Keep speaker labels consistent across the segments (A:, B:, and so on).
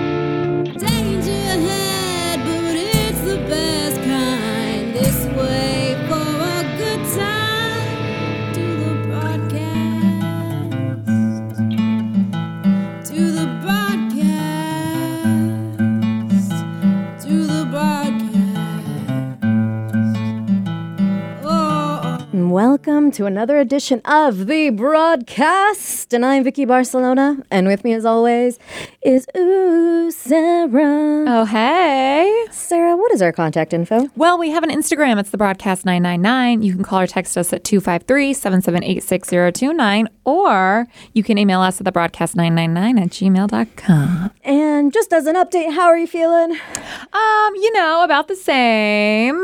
A: Danger ahead, but it's the best kind. This way for a good time. To the broadcast. To the broadcast. To the broadcast. Oh.
B: Welcome to another edition of the broadcast, and I'm Vicky Barcelona, and with me, as always, is Ooh Sarah.
C: Oh, hey.
B: Sarah, what is our contact info?
C: Well, we have an Instagram. It's the broadcast 999. You can call or text us at 253 778 6029, or you can email us at the broadcast 999 at gmail.com.
B: And just as an update, how are you feeling?
C: Um, you know, about the same,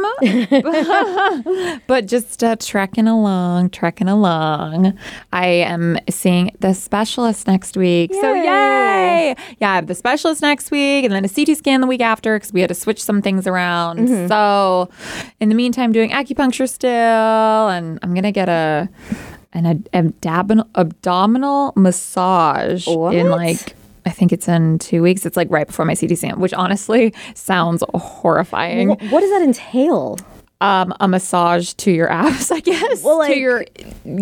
C: but just uh, trekking along, trekking along. I am seeing the specialist next week. So,
B: Yay.
C: yay. Yeah, I have the specialist next week and then a CT scan the week after because we had to switch some things around.
B: Mm-hmm.
C: So, in the meantime, doing acupuncture still, and I'm going to get a. An ab- abdominal abdominal massage in
B: What?
C: like I think it's in two weeks. It's like right before my CT scan, which honestly sounds horrifying.
B: Wh- what does that entail?
C: Um, a massage to your abs, I guess,
B: Well, like-
C: to your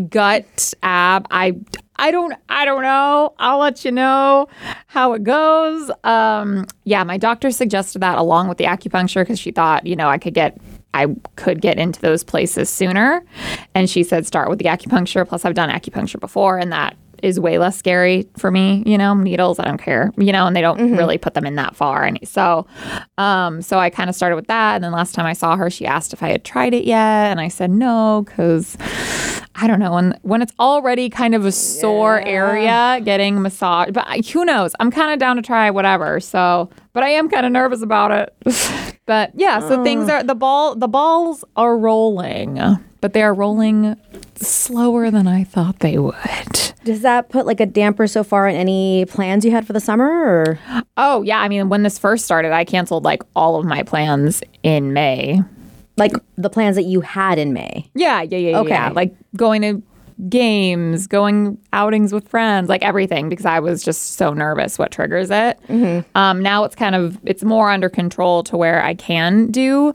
C: gut ab. I, I don't, I don't know. I'll let you know how it goes. Um, yeah, my doctor suggested that along with the acupuncture because she thought, you know, I could get. I could get into those places sooner. And she said, start with the acupuncture. Plus, I've done acupuncture before, and that is way less scary for me. You know, needles, I don't care. You know, and they don't really put them in that far. And so, um, so I kind of started with that. And then last time I saw her, she asked if I had tried it yet, and I said no because I don't know when when it's already kind of a sore area getting massage. But I- who knows? I'm kind of down to try whatever. So, but I am kind of nervous about it. but yeah, so things are the ball the balls are rolling, but they are rolling slower than I thought they would.
B: Does that put like a damper so far on any plans you had for the summer? Or
C: Oh, yeah. I mean, when this first started, I canceled like all of my plans in May.
B: like the plans that you had in May?
C: Yeah, yeah, yeah, yeah,
B: Okay.
C: yeah. Like going to games, going outings with friends, like everything, because I was just so nervous what triggers it. Um, now it's kind of, it's more under control to where I can do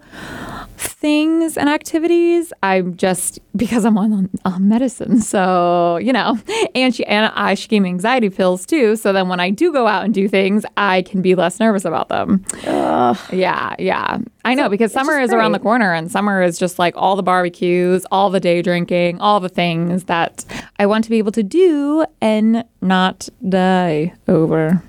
C: things and activities. I'm just, because I'm on, on medicine. So, you know, and she, and I, she gave me anxiety pills too. So then when I do go out and do things, I can be less nervous about them. Yeah, yeah. I know because summer
B: just
C: is around the
B: great.
C: corner and summer is just like all the barbecues, all the day drinking, all the things that I want to be able to do and not die over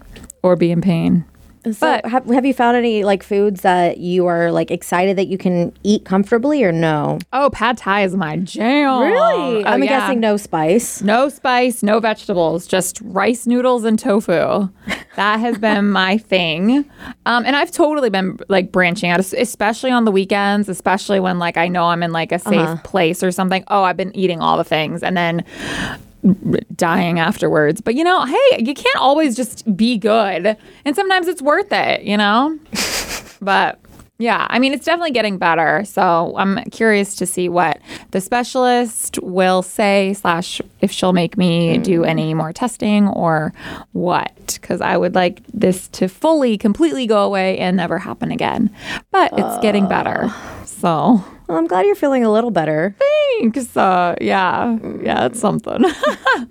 C: or be in pain.
B: So have, have you found any like foods that you are like excited that you can eat comfortably or no?
C: Oh, pad thai is my jam. Oh,
B: I'm
C: yeah.
B: guessing no spice.
C: No spice, no vegetables, just rice noodles and tofu. That has been my thing. Um, and I've totally been like branching out, es- especially on the weekends, especially when like I know I'm in like a safe place or something. Oh, I've been eating all the things and then dying afterwards. But you know, hey, you can't always just be good. And sometimes it's worth it, you know? but yeah, I mean, it's definitely getting better. So I'm curious to see what the specialist will say, slash, if she'll make me do any more testing or what. Because I would like this to fully, completely go away and never happen again. But it's getting better. So
B: Well, I'm glad you're feeling a little better.
C: thanks. Uh, yeah, yeah, it's something.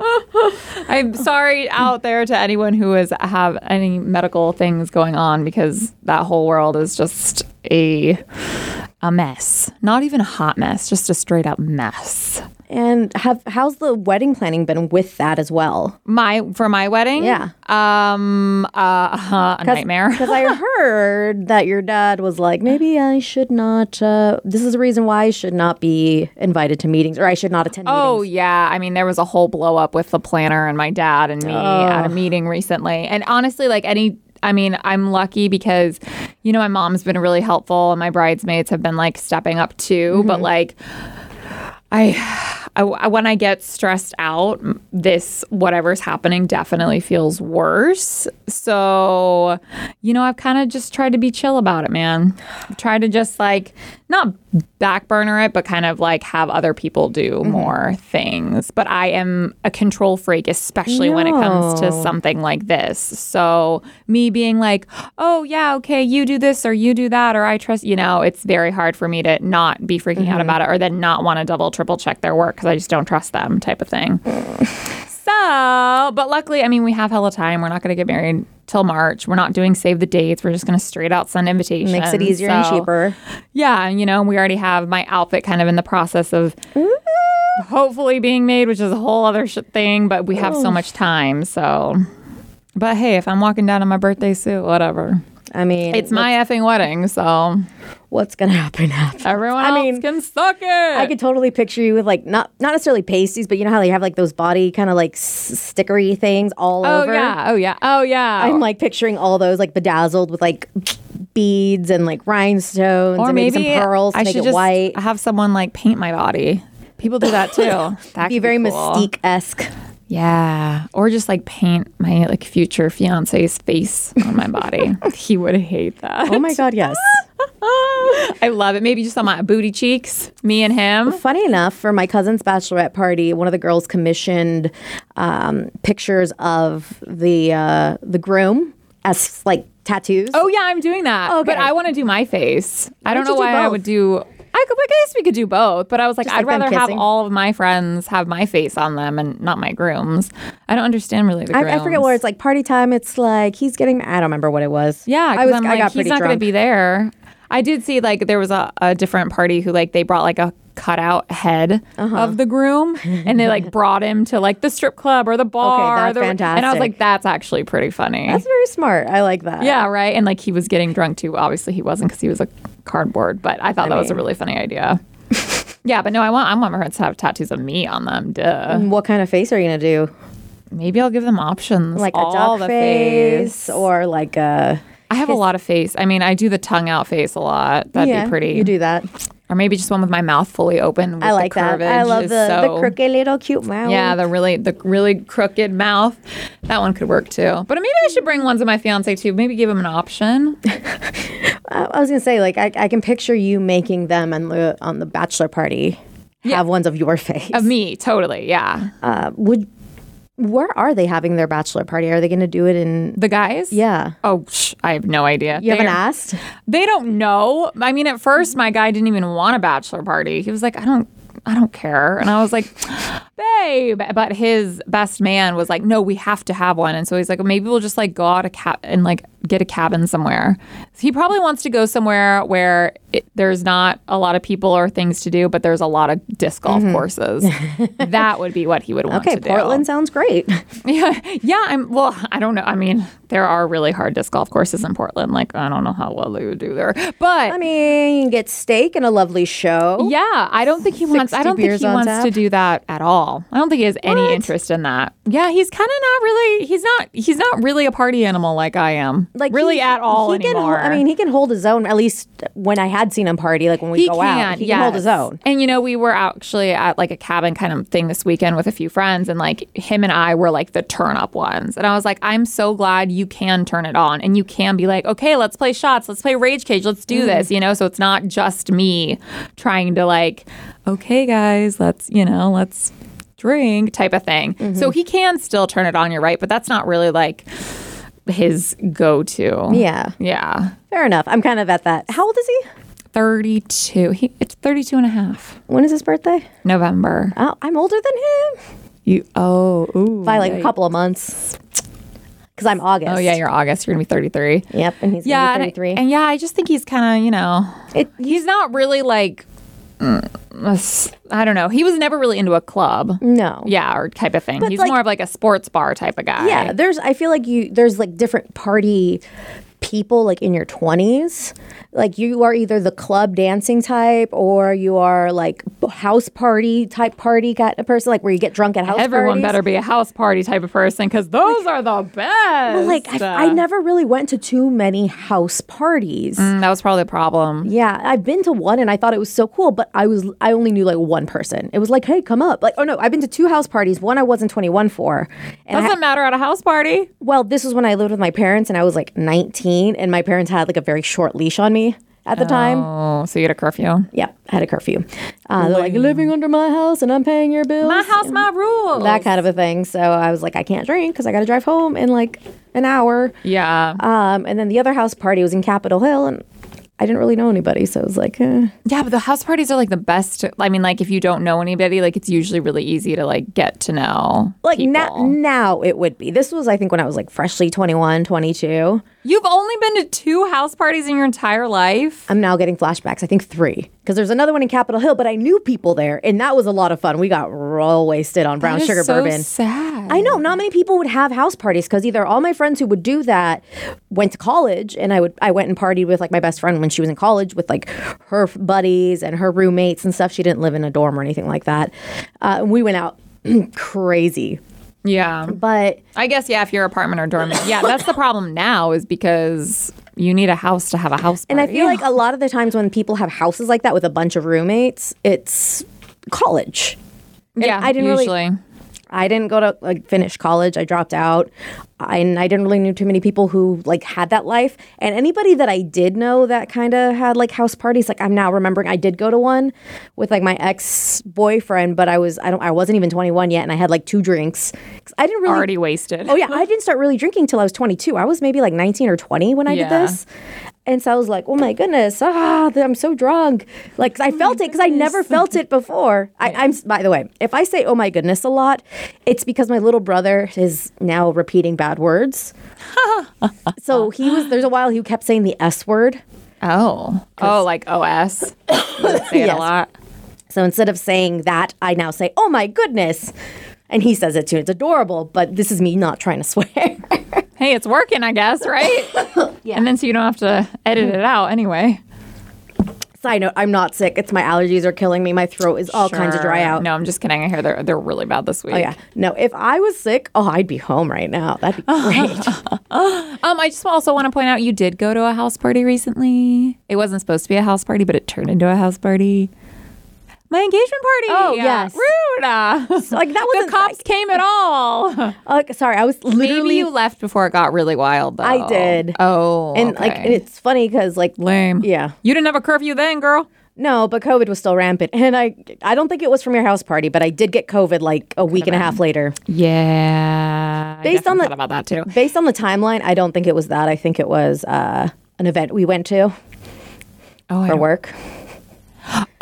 C: I'm sorry out there to anyone who is have any medical things going on because that whole world is just a a mess. Not even a hot mess, just a straight up mess.
B: And have how's the wedding planning been with that as well?
C: My for my wedding,
B: Yeah.
C: um, uh, uh, a Mm, nightmare.
B: Because I heard that your dad was like, maybe I should not. Uh, this is a reason why I should not be invited to meetings, or I should not attend.
C: Oh
B: meetings.
C: yeah, I mean there was a whole blow up with the planner and my dad and me at a meeting recently. And honestly, like any I mean, I'm lucky because you know my mom's been really helpful and my bridesmaids have been like stepping up too, but like I, I when I get stressed out, m- this whatever's happening definitely feels worse. So, you know, I've kind of just tried to be chill about it, man. Try to just like not backburner it, but kind of like have other people do more things. But I am a control freak, especially when it comes to
B: No.
C: something like this. So, me being like, "Oh yeah, okay, you do this or you do that or I trust," you know, it's very hard for me to not be freaking
B: Mm-hmm.
C: out about it or then not want to double triple check their work cuz I just don't trust them type of thing. so, but luckily, I mean, we have hella time. We're not going to get married till March. We're not doing save the dates. We're just going to straight out send invitations.
B: makes it easier and
C: So,
B: cheaper.
C: Yeah, and you know, we already have my outfit kind of in the process of hopefully being made, which is a whole other sh- thing, but we have so much time, so but hey, if I'm walking down in my birthday suit, whatever.
B: I mean,
C: It's my effing wedding, so
B: what's gonna happen after?
C: everyone
B: I
C: else
B: mean,
C: can suck it.
B: I could totally picture you with like not not necessarily pasties, but you know how they have like those body kind of like s- stickery things all
C: oh
B: over.
C: yeah, oh yeah, oh yeah.
B: I'm like picturing all those like bedazzled with like beads and like rhinestones
C: or
B: and
C: maybe
B: maybe, some pearls to
C: I
B: make
C: should
B: it
C: just
B: white.
C: have someone like paint my body. People do that too. that could
B: Be very
C: cool.
B: mystique esque.
C: Yeah, or just like paint my like future fiance's face on my body. he would hate that.
B: Oh my god, yes.
C: I love it. Maybe just on my booty cheeks, me and him.
B: Funny enough, for my cousin's bachelorette party, one of the girls commissioned um, pictures of the uh, the groom as like tattoos.
C: Oh yeah, I'm doing that.
B: Okay.
C: but I want to do my face. I don't
B: don't
C: know
B: you do
C: why I
B: both?
C: would do. I could. I guess we could do both. But I was like, I'd
B: like them
C: rather have
B: kissing?
C: all of my friends have my face on them and not my grooms. I don't understand really the grooms.
B: I, I forget where it's like party time. It's like he's getting. I don't remember what it was.
C: Yeah,
B: I was.
C: am
B: I
C: like,
B: got
C: he's
B: pretty
C: not
B: drunk.
C: going to be there. I did see like there was a, a different party who like they brought like a cutout head
B: Uh-huh.
C: of the groom and they like brought him to like the strip club or the bar.
B: that's
C: or the- And I was
B: fantastic.
C: like, that's actually pretty funny.
B: That's very smart. I like that.
C: yeah, right. And like he was getting drunk too. Obviously, he wasn't because he was a cardboard. But I thought that was a really funny idea. yeah, but no, I want I want my friends to have tattoos of me on them. Duh.
B: What kind of face are you gonna do?
C: Maybe I'll give them options.
B: Like
C: all
B: a duck
C: the
B: face, or like a
C: I have a lot of face. I mean, I do the tongue out face a lot. That'd
B: yeah,
C: be pretty.
B: You do that.
C: or maybe just one with my mouth fully open. With
B: I like
C: the
B: that.
C: curvage
B: I love
C: is
B: the,
C: so,
B: the crooked little cute mouth.
C: Yeah, the really the really crooked mouth. That one could work too. But maybe I should bring ones of my fiance too. Maybe give him an option.
B: I, I was gonna say like I, I can picture you making them on the on the bachelor party. Have ones of your face.
C: Of me, totally. Yeah,
B: Uh, would where are they having their bachelor party? Are they gonna do it in?
C: the guys.
B: Yeah.
C: Oh, psh, I have no idea.
B: You haven't
C: They're-
B: asked.
C: They don't know. I mean, at first, my guy didn't even want a bachelor party. He was like, I don't. I don't care. And I was like, babe. But his best man was like, no, we have to have one. And so he's like, maybe we'll just like go out a cab and like get a cabin somewhere. He probably wants to go somewhere where it, there's not a lot of people or things to do, but there's a lot of disc golf courses. that would be what he would want
B: Mm-hmm. Okay,
C: to do.
B: Portland sounds great.
C: Yeah, yeah. I'm well. I don't know. I mean, there are really hard disc golf courses in Portland. Like, I don't know how well they would do there, but
B: I mean, you can get steak and a lovely show.
C: yeah, I don't think he wants. I
B: 60
C: don't think
B: beers
C: he
B: on
C: wants
B: tap?
C: to do that at all. I don't think he has any interest in that. Yeah, he's kind of not really. He's not. He's not really a party animal like I am. Like really
B: he-
C: at all
B: he
C: anymore.
B: Can, hol- I mean, he can hold his own. At least when I had seen him party, like when we go out, he can hold his
C: yes.
B: own.
C: And you know, we were actually at like a cabin kind of thing this weekend with a few friends, and like him and I were like the turn up ones. And I was like, I'm so glad you can turn it on and you can be like, okay, let's play shots, let's play Rage Cage, let's
B: Mm.
C: do this, you know? So it's not just me trying to like, okay, guys, let's, you know, let's drink type of thing.
B: Mm-hmm.
C: So he can still turn it on, you're right, but that's not really like his go to.
B: Yeah,
C: Yeah.
B: fair enough. I'm kind of at that. How old is he?
C: 32. He, it's 32 and a half.
B: When is his birthday?
C: November.
B: Oh, I'm older than him
C: You oh ooh.
B: by like a couple of months. Because I'm August.
C: Oh yeah, you're August. You're gonna be 33.
B: Yep, and he's
C: Yeah,
B: yeah,
C: and, I-
B: 33.
C: and yeah, I just think he's kind of you know
B: It-
C: he's not really like mm, I don't know. He was never really into a club.
B: No.
C: Yeah, or type of thing. He's
B: like-
C: more of like a sports bar type of guy.
B: Yeah, there's. I feel like you. There's like different party people like in your 20s like you are either the club dancing type or you are like b- house party type party kind of person like where you get drunk at house
C: Everyone
B: parties.
C: better be a house party type of person because those are the best. Well,
B: like I, I never really went to too many house parties
C: Mm, that was probably a problem.
B: yeah i've been to one and i thought it was so cool but i was i only knew like one person it was like hey come up like oh no i've been to two house parties one i wasn't 21 for and I-
C: Doesn't matter at a house party.
B: Well, this was when I lived with my parents and I was like 19 and my parents had like a very short leash on me at the time.
C: Oh, so you had a curfew.
B: Yeah, I had a curfew. Uh, they're like, living under my house and I'm paying your bills.
C: My house, my rules.
B: that kind of a thing. So I was like, I can't drink because I got to drive home in like an hour.
C: yeah.
B: Um, and then the other house party was in Capitol Hill and I didn't really know anybody. So I was like, eh.
C: Yeah, but the house parties are like the best. I mean, like if you don't know anybody, like it's usually really easy to like get to know.
B: like now,
C: people.
B: now it would be. This was, I think, when I was like freshly 21, 22.
C: You've only been to two house parties in your entire life.
B: I'm now getting flashbacks. I think three because there's another one in Capitol Hill, but I knew people there, and that was a lot of fun. We got roll wasted on brown
C: That is
B: sugar
C: so
B: bourbon.
C: Sad.
B: I know not many people would have house parties because either all my friends who would do that went to college, and I would I went and partied with like my best friend when she was in college with like her f- buddies and her roommates and stuff. She didn't live in a dorm or anything like that. Uh, and we went out crazy,
C: Yeah.
B: but
C: I guess yeah. If your apartment or dorm. yeah, that's the problem now is because you need a house to have a house.
B: and I
C: party.
B: feel like a lot of the times when people have houses like that with a bunch of roommates, it's college.
C: yeah,
B: I didn't really-
C: usually.
B: I didn't go to like finish college. I dropped out, I, and I didn't really knew too many people who like had that life. And anybody that I did know that kind of had like house parties, like I'm now remembering, I did go to one with like my ex boyfriend, but I was I don't I wasn't even 21 yet, and I had like two drinks. 'Cause I didn't really.
C: already wasted.
B: Oh yeah, I didn't start really drinking till I was 22. I was maybe like 19 or 20 when I did
C: Yeah.
B: this. And so I was like, "Oh my goodness, ah, I'm so drunk." Like 'cause I felt it because I never felt it before. I, I'm by the way, if I say "oh my goodness" a lot, it's because my little brother is now repeating bad words. so he was there's a while he kept saying the S word.
C: Oh. Oh, like OS. You would say it
B: Yes.
C: a lot.
B: So instead of saying that, I now say "oh my goodness," and he says it too. It's adorable, but this is me not trying to swear.
C: Hey, it's working, I guess, right? yeah. And then so you don't have to edit it out anyway.
B: Side note, I'm not sick. It's my allergies are killing me. My throat is all kinds of dry
C: Sure.
B: out.
C: No, I'm just kidding. I hear they're they're really bad this week.
B: Oh, yeah. No, if I was sick, oh, I'd be home right now. That'd be great.
C: Um, I just also want to point out you did go to a house party recently. It wasn't supposed to be a house party, but it turned into a house party. My engagement party.
B: Oh, yes.
C: rude. Uh,
B: So, like, that
C: the
B: wasn't
C: cops came at all.
B: like, uh, sorry, I was
C: Maybe
B: literally
C: you left before it got really wild. Though
B: I did.
C: Oh,
B: and like
C: okay.
B: it's funny cuz like
C: lame.
B: yeah.
C: you didn't have a curfew then, girl.
B: no, but COVID was still rampant and I I don't think it was from your house party, but I did get COVID like a week and a half later.
C: Yeah,
B: Based on the-
C: thought about that too.
B: Based on the timeline, I don't think it was that. I think it was uh an event we went to
C: Oh, I
B: for
C: don't-
B: work.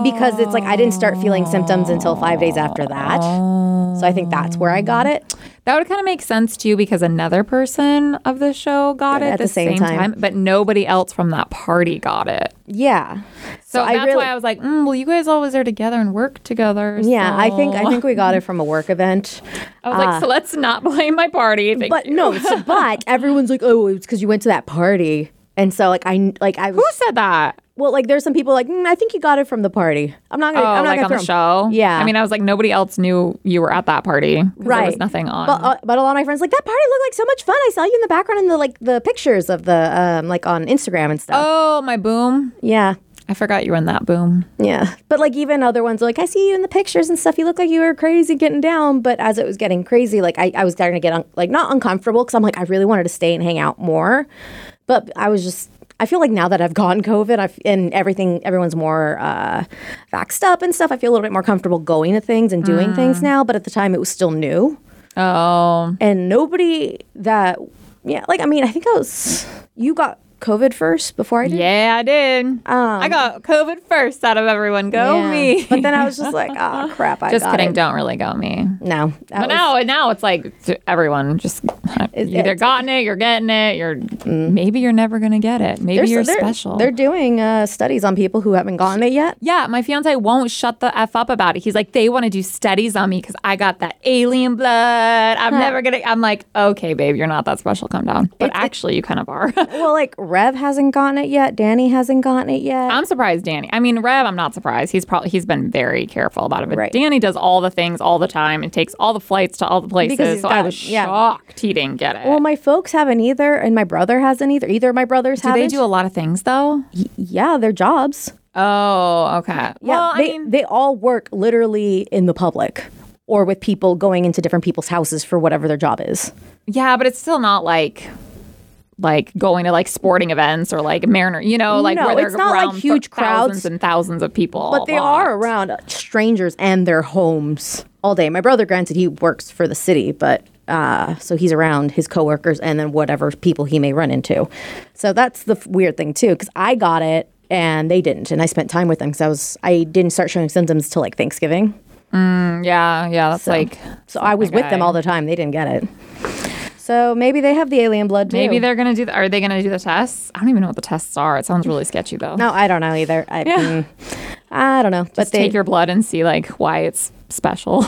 B: I, because it's like I didn't start feeling symptoms until five days after that. So I think that's where I got it.
C: that would kind of make sense too because another person of the show got it
B: At the same time.
C: but nobody else from that party got it.
B: Yeah.
C: So
B: I
C: that's
B: really-
C: why I was like, mm, well, you guys always are together and work together.
B: Yeah, I
C: so-
B: think I think we got it from a work event.
C: I was like, so let's not blame my party. Thank
B: But
C: you.
B: no, so, but everyone's like, "Oh, it's cuz you went to that party." And so like I like I was
C: who said that?
B: well like there's some people like, mm, "I think you got it from the party." I'm not going to
C: Oh,
B: I'm not
C: like on
B: going
C: the
B: to throw 'em.
C: show.
B: Yeah.
C: I mean, I was like, nobody else knew you were at that party. 'cause
B: right.
C: There was nothing on.
B: But, uh, but a lot of my friends like that party looked like so much fun. I saw you in the background in the like the pictures of the um like on Instagram and stuff.
C: oh, my boom!
B: Yeah.
C: I forgot you were in that boom.
B: Yeah. But like even other ones are like, I see you in the pictures and stuff. You look like you were crazy getting down. But as it was getting crazy, like I, I was starting to get un- like not uncomfortable because I'm like, I really wanted to stay and hang out more. But I was just, I feel like now that I've gotten COVID I've, and everything, everyone's more uh, vaxxed up and stuff, I feel a little bit more comfortable going to things and doing
C: Mm.
B: things now. But at the time, it was still new.
C: Oh,
B: And nobody that, yeah, like, I mean, I think I was, you got COVID first before I did?
C: Yeah, I did. I got COVID first out of everyone.
B: Um,
C: Go
B: Yeah.
C: me.
B: But then I was just like, oh crap, I
C: just
B: got
C: kidding.
B: it.
C: Don't really go me.
B: No, that was-
C: But now, now it's like to everyone just
B: It-
C: you either
B: it's- Mm.
C: gotten it, you're getting it, you're maybe you're never gonna get it. Maybe
B: there's-
C: you're
B: they're,
C: special.
B: They're doing uh, studies on people who haven't gotten it yet.
C: yeah, my fiance won't shut the f up about it. He's like, they want to do studies on me because I got that alien blood. I'm never gonna. I'm like, okay, babe, you're not that special. Come down. But actually, you kind of are.
B: Well, like Rev hasn't gotten it yet. Danny hasn't gotten it yet.
C: I'm surprised, Danny. I mean, Rev, I'm not surprised. He's probably he's been very careful about it. But
B: Right.
C: Danny does all the things all the time and takes all the flights to all the places.
B: Because he's
C: so I
B: got
C: was
B: it, yeah.
C: shocked he didn't get it.
B: well, my folks haven't either, and my brother hasn't either. Either of my brothers
C: do
B: haven't.
C: they do a lot of things though?
B: yeah, their jobs.
C: Oh, okay. well,
B: they,
C: I mean,
B: they all work literally in the public or with people going into different people's houses for whatever their job is.
C: yeah, but it's still not like like going to like sporting events or like Mariner, you know, like
B: No,
C: where they're
B: it's not like
C: around
B: huge
C: thousands
B: crowds.
C: and thousands of people.
B: But they
C: a lot.
B: are around strangers and their homes all day. My brother, granted, he works for the city, but uh, so he's around his coworkers and then whatever people he may run into. So that's the f- weird thing too, because I got it and they didn't, and I spent time with them because I was I didn't start showing symptoms till like Thanksgiving.
C: Yeah, yeah, that's like
B: So I was with them
C: guy.
B: all the time. They didn't get it. So maybe they have the alien blood too.
C: maybe they're going to do the, are they going to do the tests? I don't even know what the tests are. It sounds really sketchy though.
B: No, I don't know either. I, mm, I don't know, but they.
C: take your blood and see like why it's special.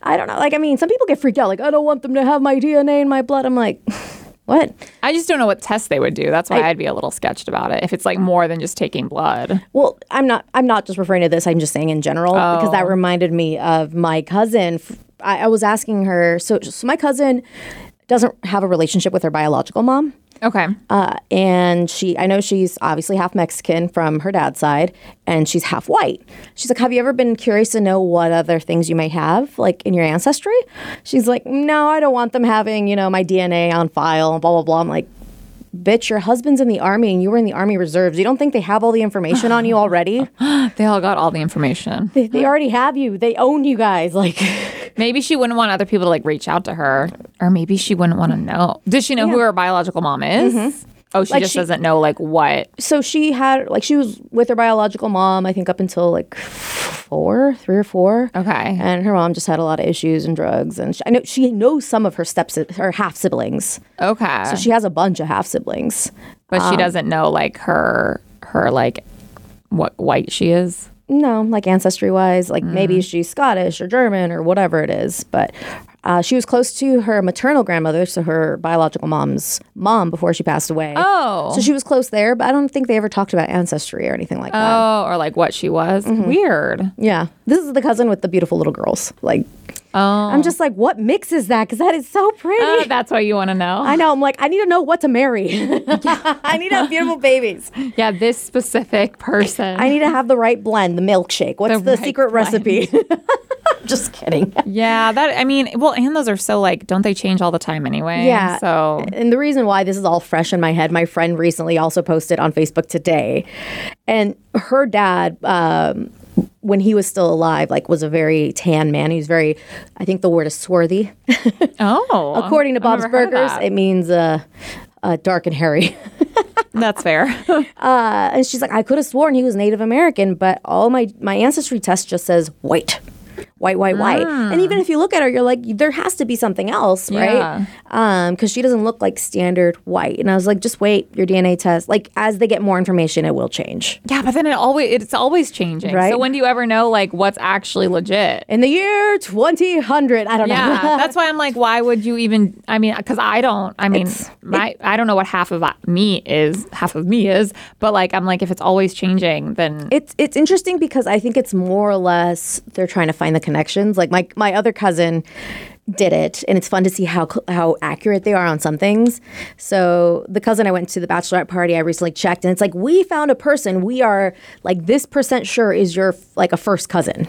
B: I don't know. Like, I mean, some people get freaked out. Like, I don't want them to have my DNA in my blood. I'm like, what?
C: I just don't know what tests they would do. That's why I, would be a little sketched about it. If it's like more than just taking blood.
B: Well, I'm not. I'm not just referring to this. I'm just saying in general because that reminded me of my cousin. F- I, I was asking her. So, so my cousin doesn't have a relationship with her biological mom.
C: Okay.
B: Uh, and she, I know she's obviously half Mexican from her dad's side, and she's half white. She's like, Have you ever been curious to know what other things you may have, like in your ancestry? She's like, No, I don't want them having, you know, my DNA on file, blah, blah, blah. I'm like, Bitch, your husband's in the army and you were in the army reserves. You don't think they have all the information on you already?
C: they all got all the information.
B: They, they already have you. They own you guys. Like,
C: Maybe she wouldn't want other people to like reach out to her, or maybe she wouldn't want to know. Does she know who her biological mom is? Oh, she
B: Mm-hmm. Like
C: just
B: she-
C: doesn't know like what.
B: so she had, like, she was with her biological mom, I think, up until like four, three or four.
C: Okay.
B: and her mom just had a lot of issues and drugs and she, i know she knows some of her steps her half siblings
C: Okay.
B: so she um, has a bunch of half siblings
C: but she doesn't know like her her like what white she is.
B: no like ancestry wise like maybe
C: Mm.
B: she's scottish or german or whatever it is but uh, she was close to her maternal grandmother so her biological mom's mom before she passed away
C: Oh.
B: so she was close there but i don't think they ever talked about ancestry or anything like that
C: Oh, or like what she was.
B: Mm-hmm.
C: Weird.
B: yeah this is the cousin with the beautiful little girls like
C: Oh.
B: i'm just like what mix is that because that is so pretty
C: Oh, that's what you want to know.
B: I know. I'm like, I need to know what to marry. I need to have beautiful babies.
C: yeah, this specific person.
B: I need to have the right blend, the milkshake. What's
C: The
B: the,
C: right
B: secret recipe? Just kidding.
C: Yeah, that I mean, well, and those are so like, don't they change all the time anyway?
B: Yeah.
C: So
B: And the reason why this is all fresh in my head, my friend recently also posted on Facebook today, and her dad, um, when he was still alive, like was a very tan man. He was very, I think the word is swarthy.
C: oh,
B: According to
C: I've
B: Bob's
C: never heard of
B: Burgers,
C: that.
B: it means uh, uh, dark and hairy.
C: oh, that's fair.
B: Uh, and she's like, I could have sworn he was Native American, but all my my ancestry test just says white, white, white, white. And even if you look at her, you're like, there has to be something else,
C: Yeah.
B: right? Um, because she doesn't look like standard white. And I was like, just wait, your DNA test. Like as they get more information, it will change.
C: yeah, but then it always it's always changing.
B: Right?
C: So when do you ever know like what's actually legit?
B: In the year 2000, I don't
C: Yeah,
B: know.
C: that's why I'm like, why would you even? I mean, because I don't. I mean, my I don't know what half of me is. Half of me is, but like I'm like, if it's always changing, then
B: It's it's interesting because I think it's more or less they're trying to find the connections. Like my my other cousin did it, and it's fun to see how cl- how accurate they are on some things. So the cousin I went to the bachelorette party I recently checked, and it's like we found a person we are like this percent sure is your f- like a first cousin.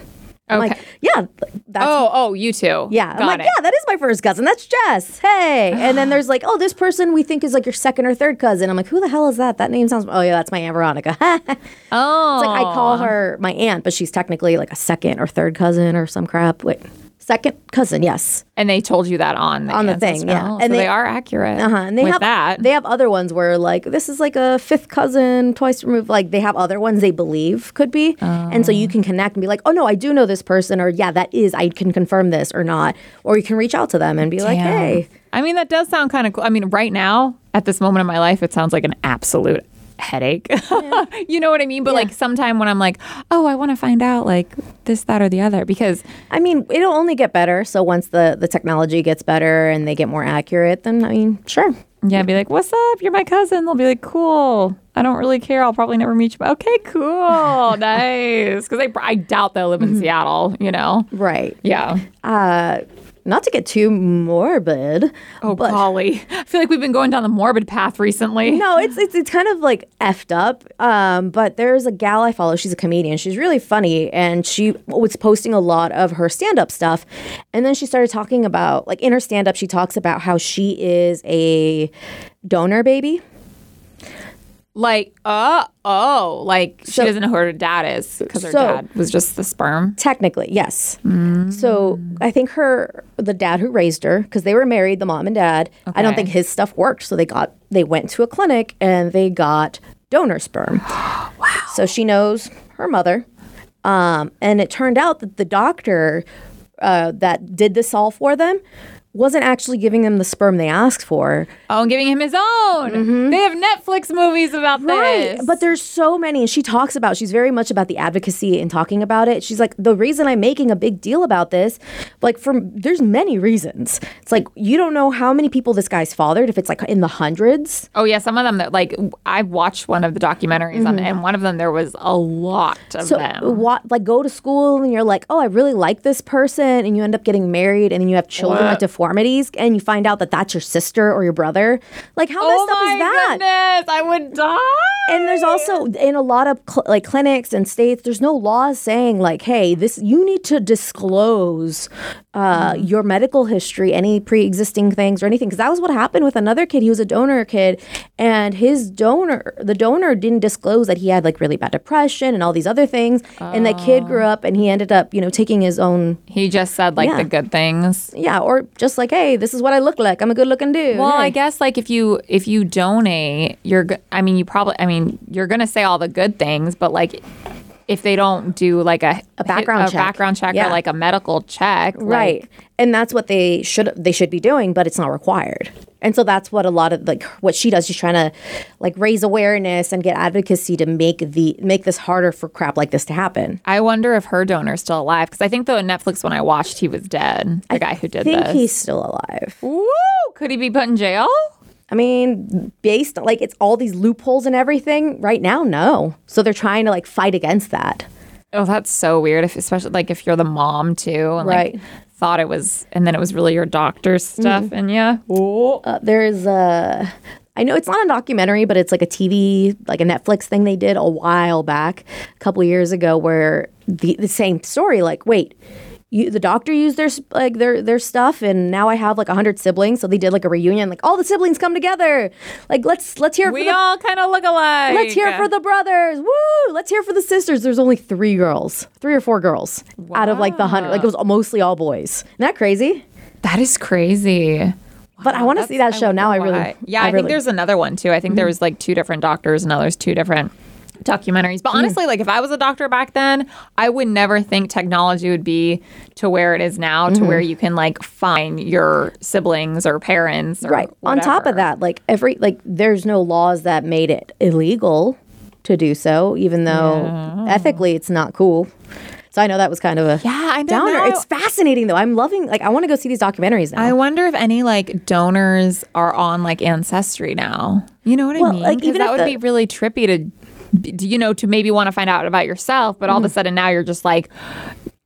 B: I'm
C: Okay.
B: like yeah, that's
C: oh oh you too.
B: yeah.
C: got
B: I'm like,
C: it.
B: yeah, that is my first cousin. That's Jess. Hey. And then there's like, oh, this person we think is like your second or third cousin. I'm like, who the hell is that? That name sounds. Oh yeah, that's my aunt Veronica.
C: Oh,
B: It's like I call her my aunt, but she's technically like a second or third cousin or some crap. Wait, second cousin. Yes.
C: And they told you that on the
B: On the thing, yeah.
C: ancestral.
B: And
C: so they,
B: they-
C: are accurate.
B: Uh-huh. And they
C: with
B: have
C: that.
B: they have other ones where like this is like a fifth cousin twice removed. Like they have other ones they believe could be, and so you can connect and be like, oh no, I do know this person, or yeah, that is I can confirm this or not, or you can reach out to them and be like,
C: Damn.
B: hey,
C: I mean, that does sound kind of cool. I mean, right now, at this moment in my life, it sounds like an absolute headache. you know what I mean? But like sometime when I'm like, oh, I want to find out like this, that, or the other, because
B: I mean, it'll only get better. So once the the technology gets better and they get more accurate, then I mean, sure.
C: yeah, I'd be like, what's up? You're my cousin. They'll be like, cool. I don't really care. I'll probably never meet you. But okay, cool. nice. Because I, I doubt they'll live in
B: Mm-hmm.
C: Seattle, you know?
B: Right.
C: Yeah.
B: Uh, Not to get too morbid.
C: Oh, golly. I feel like we've been going down the morbid path recently.
B: No, it's it's it's kind of like effed up. Um, but there's a gal I follow. She's a comedian. She's really funny, and she was posting a lot of her stand up stuff. And then she started talking about like in her stand up, she talks about how she is a donor baby.
C: Like, uh, oh, like she
B: So-
C: doesn't know who her dad is because her
B: so-
C: dad was just the sperm.
B: Technically, yes. So I think her the dad who raised her because they were married, the mom and dad. I don't
C: Okay.
B: think his stuff worked, so they got they went to a clinic and they got donor sperm. wow. So she knows her mother, um, and it turned out that the doctor uh, that did this all for them wasn't actually giving them the sperm they asked for.
C: Oh, and giving him his own. They have Netflix movies about this.
B: But there's so many, and she talks about. She's very much about the advocacy and talking about it. She's like, the reason I'm making a big deal about this, like, from there's many reasons. It's like you don't know how many people this guy's fathered. If it's like in the hundreds,
C: oh yeah, some of them that like I watched one of the documentaries on, and one of them there was a lot of
B: so
C: them.
B: wa- like go to school and you're like, oh, I really like this person, and you end up getting married, and then you have children with deformities, and you find out that that's your sister or your brother. Like, how
C: Oh
B: messed up
C: my
B: is that?
C: goodness, I would die.
B: And there's also in a lot of cl- like clinics and states, there's no laws saying like, hey, this you need to disclose uh,
C: Mm-hmm.
B: your medical history, any pre-existing things or anything, because that was what happened with another kid. He was a donor kid, and his donor, the donor, didn't disclose that he had like really bad depression and all these other things, and that kid grew
C: Oh.
B: up and he ended up, you know, taking his own,
C: He just said like the
B: Yeah.
C: good things.
B: yeah, or just like, hey, this is what I look like. I'm a good-looking dude.
C: Well, I
B: Hey.
C: guess like if you if you donate, you're go- I mean you probably I mean you're gonna say all the good things, but like if they don't do like a,
B: A background check.
C: background check
B: Yeah.
C: or like a medical check, like,
B: right and that's what they should they should be doing but it's not required and so that's what a lot of like what she does she's trying to like raise awareness and get advocacy to make the make this harder for crap like this to happen
C: I wonder if her donor's still alive because I think the Netflix one I watched, he was dead. The guy who did
B: i think
C: this.
B: he's still alive
C: Woo! Could he be put in jail?
B: i mean based like it's all these loopholes and everything right now no so they're trying to like fight against that
C: Oh, that's so weird. If especially like if you're the mom too, and
B: Right. Mm.
C: like thought it was, and then it was really your doctor's stuff, and yeah. Ooh.
B: Uh, there's a I know it's not a documentary, but it's like a TV, like a Netflix thing they did a while back, a couple years ago, where the, the same story. Like, wait, you, the doctor used their s- like their their stuff, and now I have like hundred siblings. So they did like a reunion, like all the siblings come together. Like, let's let's hear it
C: we
B: for the
C: all kind of look alike.
B: let's hear it for the brothers. Woo! Let's hear it for the sisters. There's only three girls, three or four girls out of like the hundred. Like it was mostly all boys. Isn't that crazy?
C: That is crazy.
B: But I want to see that show now. I really,
C: yeah.
B: really,
C: I,
B: Mm-hmm.
C: think there's another one too. I think there was like two different doctors, and now there's two different documentaries.
B: Mm.
C: But honestly, like if I was a doctor back then, I would never think technology would be to where it is now,
B: Mm-hmm.
C: to where you can like find your siblings or parents, or
B: right on top of
C: whatever.
B: that like every like there's no laws that made it illegal to do so even though ethically it's not cool so i know that was kind of a
C: Yeah, I don't
B: downer
C: know.
B: it's fascinating though i'm loving like i want to go see these documentaries now
C: I wonder if any like donors are on like ancestry now. You know what I
B: Well,
C: mean?
B: like,
C: 'Cause
B: even
C: that
B: if
C: would
B: the-
C: be really trippy to, b- do you know, to maybe want to find out about yourself, but all
B: Mm.
C: of a sudden now you're just like,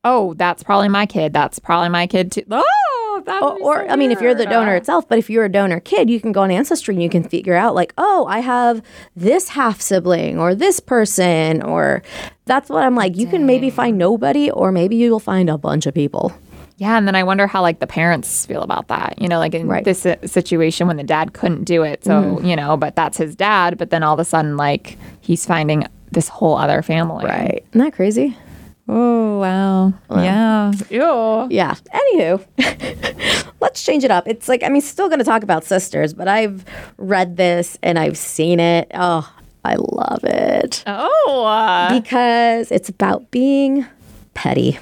C: oh, that's probably my kid. That's probably my kid too. Oh, that would
B: or,
C: be
B: or
C: so
B: I mean, if you're the
C: weird.
B: donor itself, but if you're a donor kid, you can go on Ancestry and you can figure out, like, oh, I have this half sibling or this person, or that's what I'm like. You can maybe find nobody, or maybe you'll find a bunch of people.
C: Uh, Yeah, and then I wonder how like the parents feel about that. You know, like in
B: Right. Mm-hmm.
C: this uh, situation when the dad couldn't do it, so you know, but that's his dad. But then all of a sudden, like he's finding this whole other family.
B: Isn't that crazy?
C: Oh wow. Yeah. Ew.
B: Yeah. Anywho, let's change it up. It's like, I mean, still going to talk about sisters, but I've read this and I've seen it. Oh, I love it
C: Oh. uh,
B: because it's about being petty.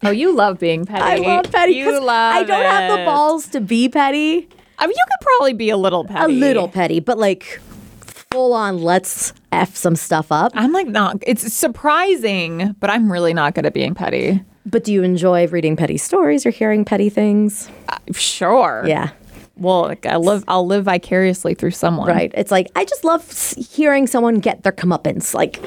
C: oh, you love being petty.
B: I love petty.
C: You
B: 'cause
C: love.
B: I don't have the
C: it.
B: balls to be petty.
C: I mean, you could probably be a little petty.
B: A little petty, but like full on, let's F some stuff up.
C: I'm like not. It's surprising, but I'm really not good at being petty.
B: But do you enjoy reading petty stories or hearing petty things?
C: Sure.
B: Yeah.
C: Well, like, I live. I'll live vicariously through someone.
B: Right. It's like, I just love s- hearing someone get their comeuppance. Like,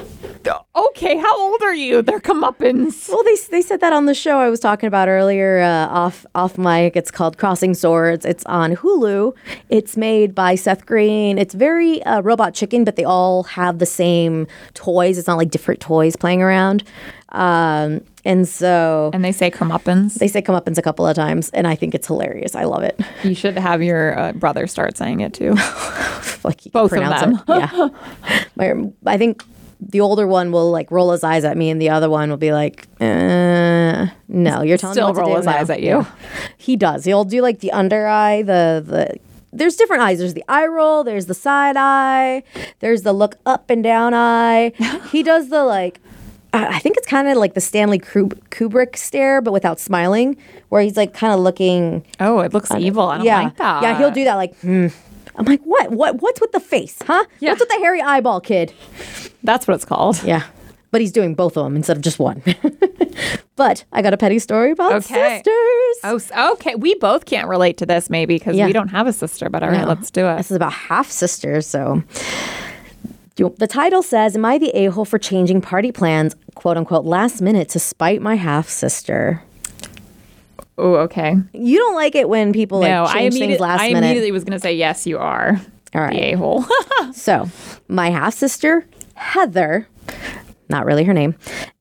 C: Okay. How old are you? They're comeuppance.
B: Well, they, they said that on the show I was talking about earlier uh, off off mic. It's called Crossing Swords. It's on Hulu. It's made by Seth Green. It's very uh, Robot Chicken, but they all have the same toys. It's not like different toys playing around. Um, and so
C: And they say comeuppance.
B: they say comeuppance a couple of times, and I think it's hilarious. I love it.
C: you should have your uh, brother start saying it too.
B: like you can
C: Both of
B: pronounce
C: them.
B: it. Yeah. My, I think the older one will like roll his eyes at me, and the other one will be like, uh, "No, you're telling
C: Still
B: me what to
C: roll
B: do?
C: his
B: No."
C: eyes at you.
B: Yeah. He does. He'll do like the under eye, the the. There's different eyes. There's the eye roll. There's the side eye. There's the look up and down eye. He does the like. I I think it's kind of like the Stanley Krub- Kubrick stare, but without smiling, where he's like kind of looking
C: Oh, it looks evil. I don't
B: yeah.
C: like that.
B: Yeah, he'll do that. Like, hmm. I'm like, what? What? What's with the face, huh?
C: Yeah.
B: What's with the hairy eyeball, kid?
C: That's what it's called.
B: Yeah, but he's doing both of them instead of just one. but I got a petty story about
C: Okay.
B: sisters.
C: Oh, s- okay. We both can't relate to this, maybe, because
B: Yeah.
C: we don't have a sister. But all right,
B: No.
C: let's do it.
B: This is about half sisters, so. You- The title says, Am I the a hole for changing party plans, quote unquote, last minute to spite my half sister?
C: Oh, okay.
B: You don't like it when people
C: no,
B: like
C: I,
B: change
C: immediate-
B: things last
C: I
B: minute.
C: immediately was going to say yes. You are
B: All right.
C: the a hole.
B: So, my half sister, Heather, not really her name,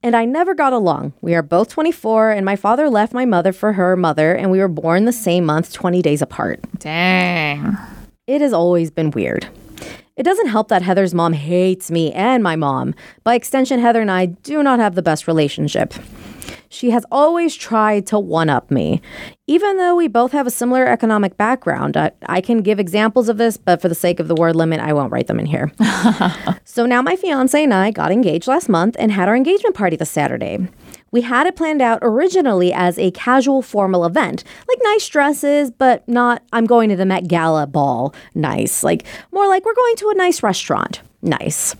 B: and I never got along. We are both 24, and my father left my mother for her mother, and we were born the same month, 20 days apart.
C: Dang.
B: It has always been weird. It doesn't help that Heather's mom hates me and my mom. By extension, Heather and I do not have the best relationship. She has always tried to one up me. Even though we both have a similar economic background, I, I can give examples of this, but for the sake of the word limit, I won't write them in here. So now my fiance and I got engaged last month and had our engagement party this Saturday. We had it planned out originally as a casual formal event, like nice dresses, but not I'm going to the Met Gala ball, nice. Like more like we're going to a nice restaurant, nice.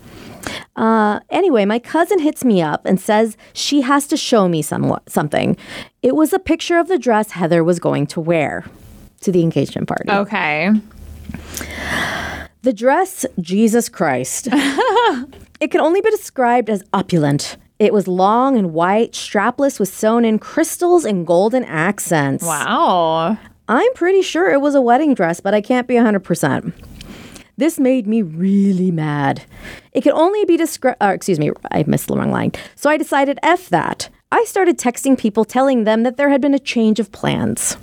B: Uh, anyway, my cousin hits me up and says she has to show me some, something. It was a picture of the dress Heather was going to wear to the engagement party.
C: Okay.
B: The dress, Jesus Christ. it can only be described as opulent. It was long and white, strapless, with sewn in crystals and golden accents.
C: Wow.
B: I'm pretty sure it was a wedding dress, but I can't be 100%. This made me really mad. It could only be described, uh, excuse me, I missed the wrong line. So I decided F that. I started texting people telling them that there had been a change of plans.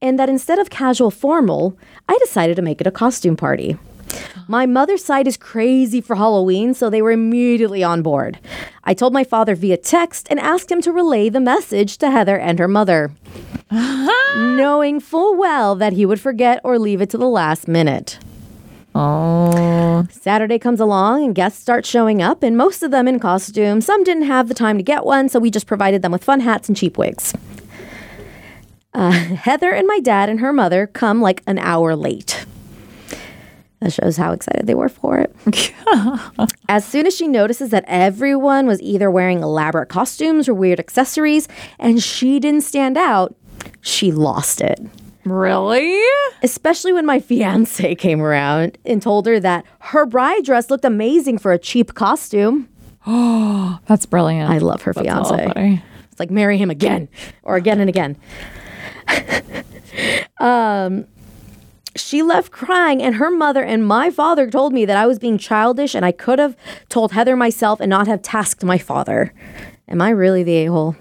B: And that instead of casual formal, I decided to make it a costume party. My mother's side is crazy for Halloween, so they were immediately on board. I told my father via text and asked him to relay the message to Heather and her mother knowing full well that he would forget or leave it to the last minute.
C: Oh.
B: Saturday comes along and guests start showing up, and most of them in costume. Some didn't have the time to get one, so we just provided them with fun hats and cheap wigs. Uh, Heather and my dad and her mother come like an hour late. That shows how excited they were for it. As soon as she notices that everyone was either wearing elaborate costumes or weird accessories and she didn't stand out, she lost it
C: Really?
B: especially when my fiance came around and told her that her bride dress looked amazing for a cheap costume.
C: That's brilliant.
B: I love her
C: That's all
B: fiance.
C: funny.
B: It's like marry him again or again and again. um, she left crying, and her mother and my father told me that I was being childish and I could have told Heather myself and not have tasked my father. Am I really the a hole?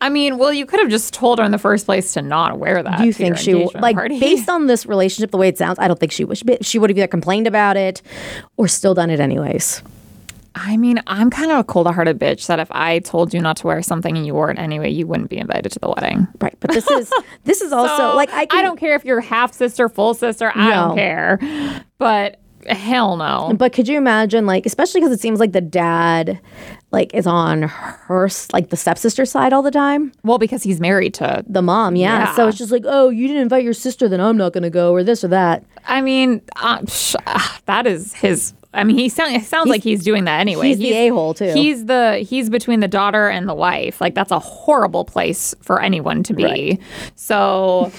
C: I mean, well, you could have just told her in the first place to not wear that.
B: Do you
C: to your
B: think she w-
C: engagement
B: like
C: party.
B: based on this relationship the way it sounds? I don't think she would. She would have either complained about it or still done it anyways.
C: I mean, I'm kind of a cold-hearted bitch that if I told you not to wear something and you wore it anyway, you wouldn't be invited to the wedding.
B: Right, but this is this is also
C: So,
B: like I, can,
C: don't care if you're half sister, full sister. I
B: No.
C: don't care. But hell no.
B: But could you imagine, like, especially because it seems like the dad, like, is on her, s- like, the stepsister side all the time.
C: Well, because he's married to.
B: The mom, yeah. So
C: Yeah.
B: it's just like, oh, you didn't invite your sister, then I'm not going to go, or this or that.
C: I mean, uh, psh, ah, that is his. I mean, he sound, it sounds like he's doing that anyway.
B: he's the a-hole, too.
C: He's the he's between the daughter and the wife. Like that's a horrible place for anyone to be. So,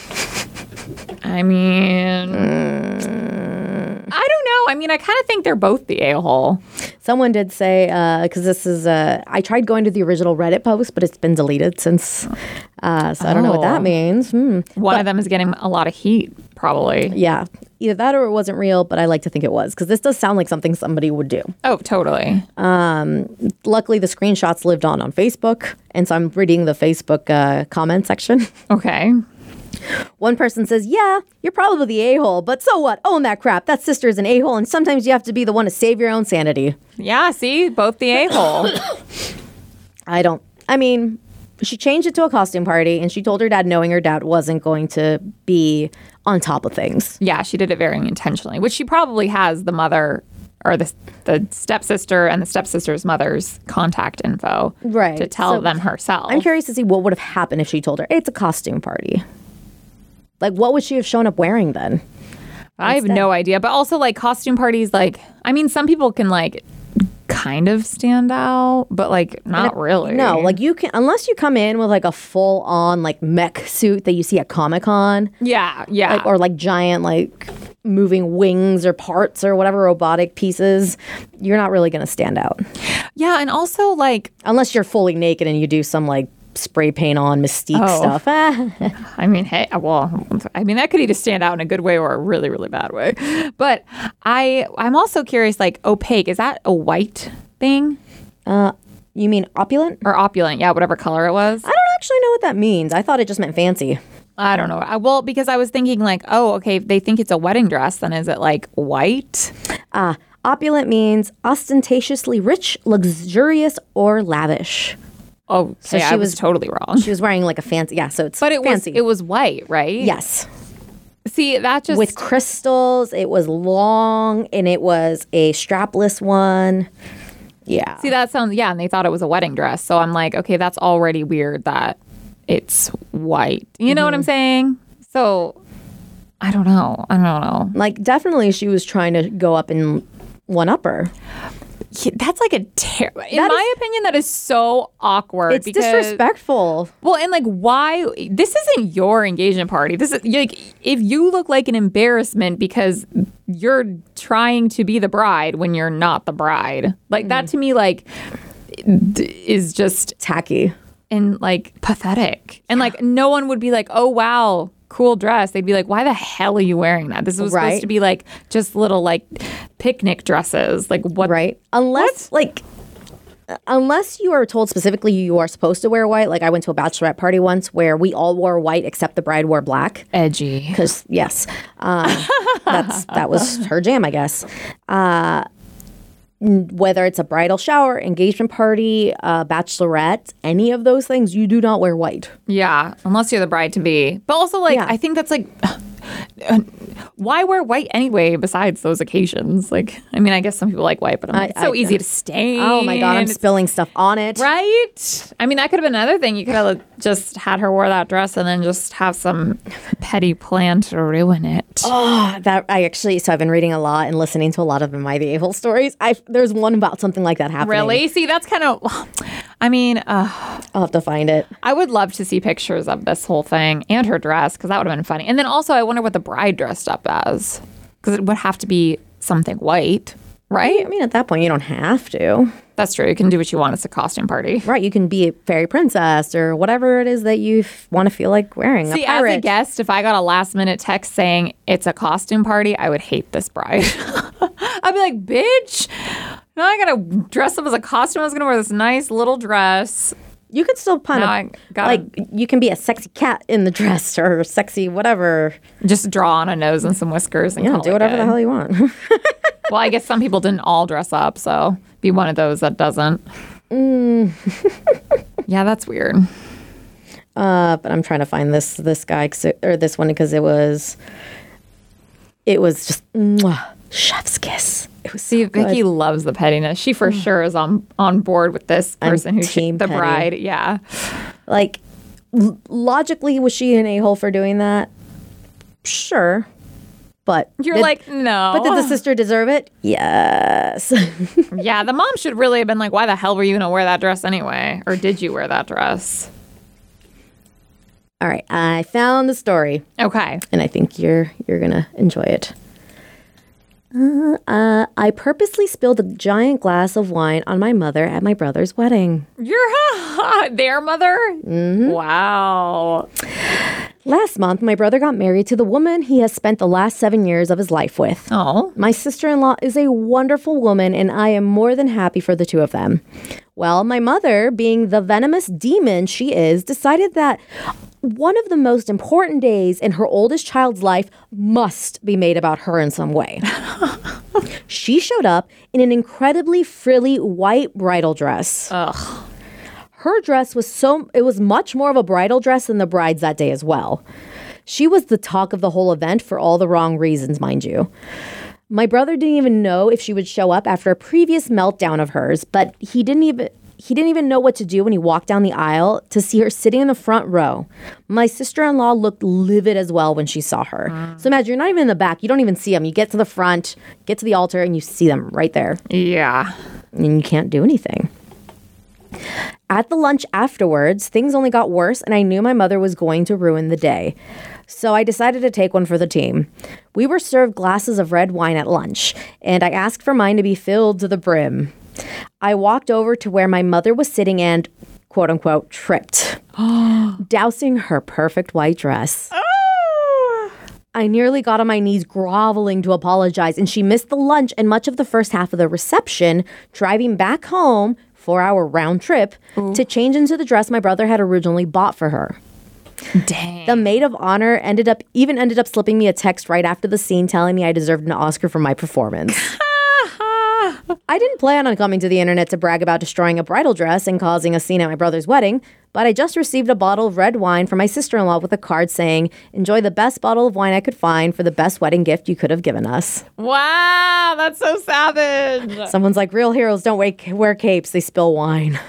C: I mean,
B: Mm.
C: I don't know. I mean, I kind of think they're both the a-hole.
B: Someone did say, because this is, uh, I tried going to the original Reddit post, but it's been deleted since. Uh, so I don't know what that
C: Oh.
B: means. Hmm.
C: One of them is getting a lot of heat, probably.
B: Yeah. Either that or it wasn't real, but I like to think it was, because this does sound like something somebody would do.
C: Oh, totally.
B: Luckily, the screenshots lived on on Facebook. And so I'm reading the Facebook uh, comment section.
C: Okay.
B: One person says, Yeah, you're probably the a hole, but so what? Own that crap. That sister is an a hole, and sometimes you have to be the one to save your own sanity.
C: Yeah, see, both the a hole.
B: I don't, I mean, she changed it to a costume party, and she told her dad, knowing her dad wasn't going to be on top of things.
C: yeah, she did it very intentionally, which she probably has the mother or the, the stepsister and the stepsister's mother's contact info
B: Right.
C: to tell
B: So,
C: them herself.
B: I'm curious to see what would have happened if she told her, It's a costume party. Like, what would she have shown up wearing then?
C: I have no idea. But also, like, costume parties, like, I mean, some people can, like, kind of stand out, but, like, not really.
B: No, like you can unless you come in with like a full on like mech suit that you see at Comic Con.
C: yeah, yeah.
B: like, or like giant like moving wings or parts or whatever robotic pieces you're not really going to stand out
C: yeah, and also, like,
B: unless you're fully naked and you do some like spray paint on mystique
C: Oh.
B: stuff Ah.
C: I mean, hey, well, I mean that could either stand out in a good way or a really, really bad way. But I, I'm also curious, like opaque, is that a white thing
B: you mean opulent
C: or opulent? Yeah, whatever color it was.
B: i don't actually know what that means i thought it just meant fancy
C: I don't know. I, well, because I was thinking like, oh, okay, if they think it's a wedding dress, then is it like white?
B: ah opulent means ostentatiously rich luxurious or lavish
C: Oh, so
B: she
C: I was,
B: was-
C: totally wrong.
B: she was wearing like a fancy yeah so it's
C: But it
B: fancy
C: was it was white, right?
B: yes
C: See, that just
B: with crystals it was long and it was a strapless one yeah
C: see that sounds yeah, and they thought it was a wedding dress. So I'm like, okay, that's already weird that it's white. You know what
B: Mm-hmm.
C: I'm saying? So I don't know. I don't know.
B: Like definitely she was trying to go up in one upper.
C: Yeah, that's like a terrible. In
B: That
C: my opinion, that is so awkward.
B: It's
C: because,
B: disrespectful.
C: Well, and like, why? This isn't your engagement party. This is like, if you look like an embarrassment because you're trying to be the bride when you're not the bride, like
B: Mm.
C: that to me, like, d- is just
B: Tacky.
C: and like pathetic. And like, no one would be like, oh wow. Cool dress. They'd be like, "Why the hell are you wearing that?" This was
B: Right.
C: supposed to be like just little like picnic dresses. Like what?
B: Right? Unless like unless you are told specifically you are supposed to wear white. Like I went to a bachelorette party once where we all wore white except the bride wore black.
C: Edgy.
B: Because yes, um, that's that was her jam, I guess. Uh, n- whether it's a bridal shower, engagement party, uh, bachelorette, any of those things, you do not wear white.
C: Yeah, unless you're the bride to be. But also, like,
B: Yeah.
C: I think that's like, why wear white anyway? Besides those occasions, like, I mean, I guess some people like white, but I'm like, it's so
B: I-
C: easy to stain.
B: Oh my god, I'm
C: It's-
B: spilling stuff on it.
C: right. I mean, that could have been another thing. You could have like, just had her wear that dress and then just have some petty plan to ruin it.
B: Oh, That I actually, so I've been reading a lot and listening to a lot of Am I the a stories. I there's one about something like that happening.
C: Really? See, that's kind of. I mean, uh,
B: I'll have to find it.
C: I would love to see pictures of this whole thing and her dress because that would have been funny. And then also, I wonder what the bride dressed up as because it would have to be something white, right?
B: I mean, at that point, you don't have to,
C: That's true. You can do what you want. It's a costume party.
B: right? You can be a fairy princess or whatever it is that you f- want to feel like wearing.
C: See,
B: a
C: as a
B: pirate.
C: guest, if I got a last minute text saying it's a costume party, I would hate this bride. I'd be like, bitch, now I gotta dress up as a costume. I was gonna wear this nice little dress.
B: you could still kind
C: Now
B: of
C: I gotta-
B: like you can be a sexy cat in the dress or sexy whatever.
C: Just draw on a nose and some whiskers and
B: Yeah,
C: call
B: do
C: it
B: whatever the
C: good.
B: hell you want.
C: Well, I guess some people didn't all dress up, so be one of those that doesn't.
B: Mm.
C: yeah, that's weird.
B: Uh, but I'm trying to find this this guy 'cause it- or this one because it was it was just mwah, chef's kiss. It was
C: See, Vicky loves the pettiness. She for sure is on on board with this
B: Mm. I'm
C: person who she,
B: team
C: the
B: petty.
C: bride. Yeah,
B: like l- logically was she an a hole for doing that? Sure, but
C: you're
B: did-
C: like "Oh." no.
B: But did the sister deserve it? Yes.
C: yeah, the mom should really have been like, why the hell were you gonna wear that dress anyway? Or did you wear that dress?
B: All right, I found the story.
C: Okay.
B: and I think you're you're gonna enjoy it. Uh, uh, I purposely spilled a giant glass of wine on my mother at my brother's wedding.
C: You're there, mother.
B: Mm-hmm.
C: Wow.
B: Last month, my brother got married to the woman he has spent the last seven years of his life with.
C: Oh,
B: My sister in law is a wonderful woman, and I am more than happy for the two of them. Well, my mother, being the venomous demon she is, decided that one of the most important days in her oldest child's life must be made about her in some way. she showed up in an incredibly frilly white bridal dress. Ugh. Her dress was so, it was much more of a bridal dress than the bride's that day as well. She was the talk of the whole event for all the wrong reasons, mind you. My brother didn't even know if she would show up after a previous meltdown of hers, but he didn't even he didn't even know what to do when he walked down the aisle to see her sitting in the front row. My sister-in-law looked livid as well when she saw her. So imagine you're not even in the back, you don't even see them. You get to the front, get to the altar and you see them right there
C: yeah.
B: and you can't do anything. At the lunch afterwards, things only got worse, and I knew my mother was going to ruin the day. So I decided to take one for the team. We were served glasses of red wine at lunch, and I asked for mine to be filled to the brim. I walked over to where my mother was sitting and, quote unquote, tripped, dousing her perfect white dress. I nearly got on my knees groveling to apologize, and she missed the lunch and much of the first half of the reception, driving back home for our round trip to change into the dress my brother had originally bought for her.
C: Dang.
B: The maid of honor ended up even ended up slipping me a text right after the scene telling me I deserved an Oscar for my performance. I didn't plan on coming to the internet to brag about destroying a bridal dress and causing a scene at my brother's wedding, but I just received a bottle of red wine from my sister in law with a card saying, Enjoy the best bottle of wine I could find for the best wedding gift you could have given us.
C: Wow, that's so savage.
B: Someone's like, Real heroes don't wear, wear capes, they spill wine.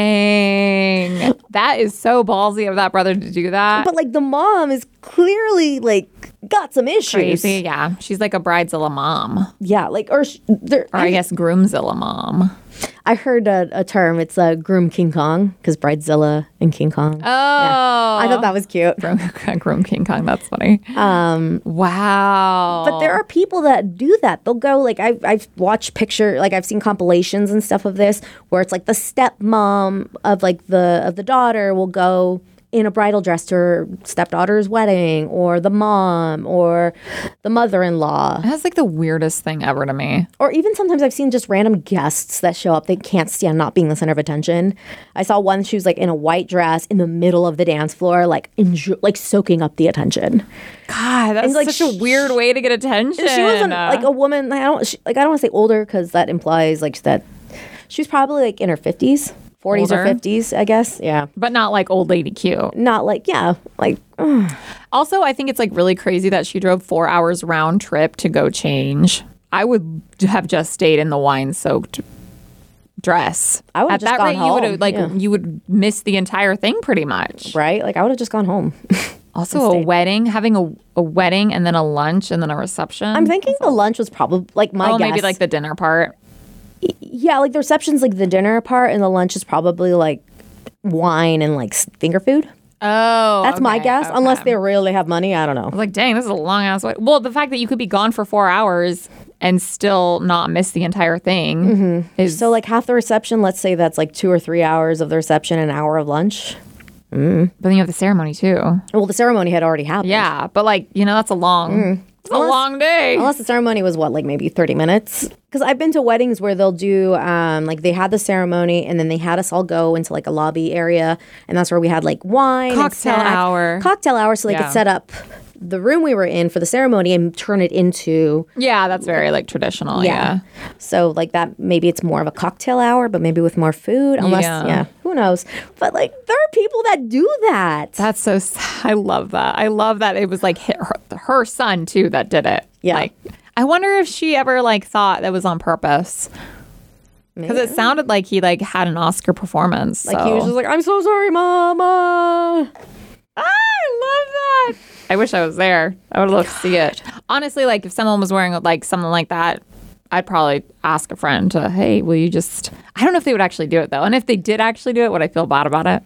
C: Dang. That is so ballsy of that brother to do that.
B: But like, the mom is clearly like, got some issues.
C: Crazy. Yeah. She's like a bridezilla mom, or
B: Yeah, like, or sh- there,
C: I guess groomzilla mom.
B: I heard a, a term. It's a groom King Kong because Bridezilla and King Kong.
C: Oh.
B: I thought that was cute.
C: Groom, groom King Kong. That's funny. Um. Wow.
B: But there are people that do that. They'll go like I've I've watched picture like I've seen compilations and stuff of this where it's like the stepmom of like the of the daughter will go in a bridal dress to her stepdaughter's wedding or the mom or the mother-in-law
C: That's like the weirdest thing ever to me.
B: or even sometimes I've seen just random guests that show up. They can't stand not being the center of attention. I saw one. She was like in a white dress in the middle of the dance floor, like enjo- like soaking up the attention.
C: God, that's
B: like,
C: such a weird way to get attention.
B: She wasn't like a woman. I don't she, like. I don't want to say older because that implies like that. She was probably like in her fifties, forties or
C: Older?
B: fifties, I guess. Yeah,
C: but not like old lady cute.
B: not like yeah, like
C: Also, I think it's like really crazy that she drove four hours round trip to go change. I would have just stayed in the wine soaked dress.
B: I would've
C: At
B: just
C: that
B: gone
C: rate, you
B: home,
C: would like
B: yeah.
C: you would miss the entire thing pretty much.
B: right. Like I would have just gone home.
C: Also, a wedding, having a, a wedding and then a lunch and then a reception.
B: I'm thinking the lunch was probably like my
C: oh,
B: guess.
C: maybe like the dinner part.
B: yeah, like the reception's like the dinner part, and the lunch is probably like wine and like s- finger food.
C: Oh,
B: That's my
C: okay,
B: guess.
C: okay.
B: Unless they really have money, I don't know.
C: Like, dang, this is a long ass way. Well, the fact that you could be gone for four hours and still not miss the entire thing is
B: Mm-hmm. So like half the reception, let's say that's like two or three hours of the reception, an hour of lunch.
C: But then you have the ceremony too.
B: Well, the ceremony had already happened.
C: Yeah, but like you know, that's a long, it's a long day.
B: Unless the ceremony was what, like maybe 30 minutes? Because I've been to weddings where they'll do, um, like, they had the ceremony and then they had us all go into like a lobby area. And that's where we had like wine, and
C: Cocktail
B: snacks.
C: hour.
B: cocktail hour, so they
C: Yeah.
B: could set up the room we were in for the ceremony and turn it into
C: Yeah, that's very like traditional.
B: yeah.
C: Yeah.
B: So like that maybe it's more of a cocktail hour, but maybe with more food. Unless yeah,
C: Yeah.
B: who knows? But like there are people that do that.
C: That's so. s- I love that. I love that it was like her, her son too that did it.
B: Yeah.
C: Like, I wonder if she ever like thought that was on purpose because it sounded like he like had an Oscar performance.
B: like
C: so.
B: he was just like, I'm so sorry, mama.
C: Ah, I love that. I wish I was there. I would love to see it. Honestly, like if someone was wearing like something like that, I'd probably ask a friend to, hey, will you just? I don't know if they would actually do it though. And if they did actually do it, would I feel bad about it?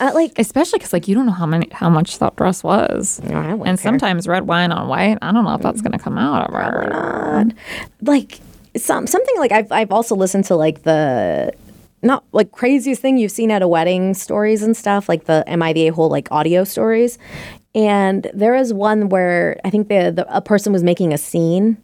B: Uh, like
C: Especially because like you don't know how many how much that dress was.
B: I wouldn't care.
C: and sometimes red wine on white. I don't know if that's gonna come out of her.
B: like some something like I've I've also listened to like the not like craziest thing you've seen at a wedding stories and stuff like the am I the a hole like audio stories, and there is one where I think the, the a person was making a scene.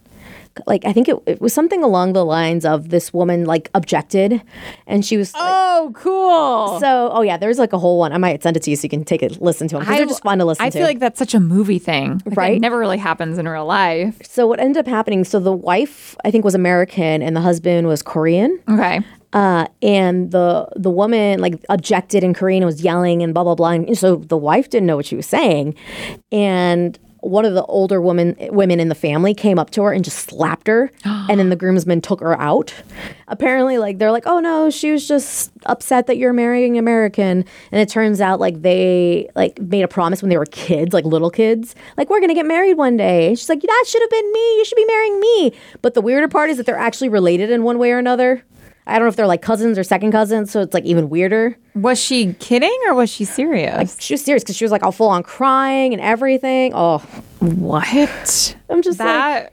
B: Like I think it, it was something along the lines of this woman like objected, and she was like,
C: Oh, cool.
B: so oh yeah there's like a whole one I might send it to you so you can take it listen to them 'cause they're just fun to listen
C: I
B: to.
C: feel like that's such a movie thing. Like,
B: Right?
C: It never really happens in real life.
B: so what ended up happening? So the wife I think was American and the husband was Korean.
C: Okay.
B: uh, and the the woman like objected in Korean and was yelling and blah blah blah. And so the wife didn't know what she was saying, and one of the older woman women in the family came up to her and just slapped her, and then the groomsmen took her out. Apparently, like they're like, oh no, she was just upset that you're marrying American, and it turns out like they like made a promise when they were kids, like little kids, like we're gonna get married one day. And she's like, that should have been me. You should be marrying me. But the weirder part is that they're actually related in one way or another. I don't know if they're like cousins or second cousins, so it's like even weirder.
C: Was she kidding or was she serious?
B: She was serious because she was like all full on crying and everything. Oh,
C: What?
B: I'm just like,
C: That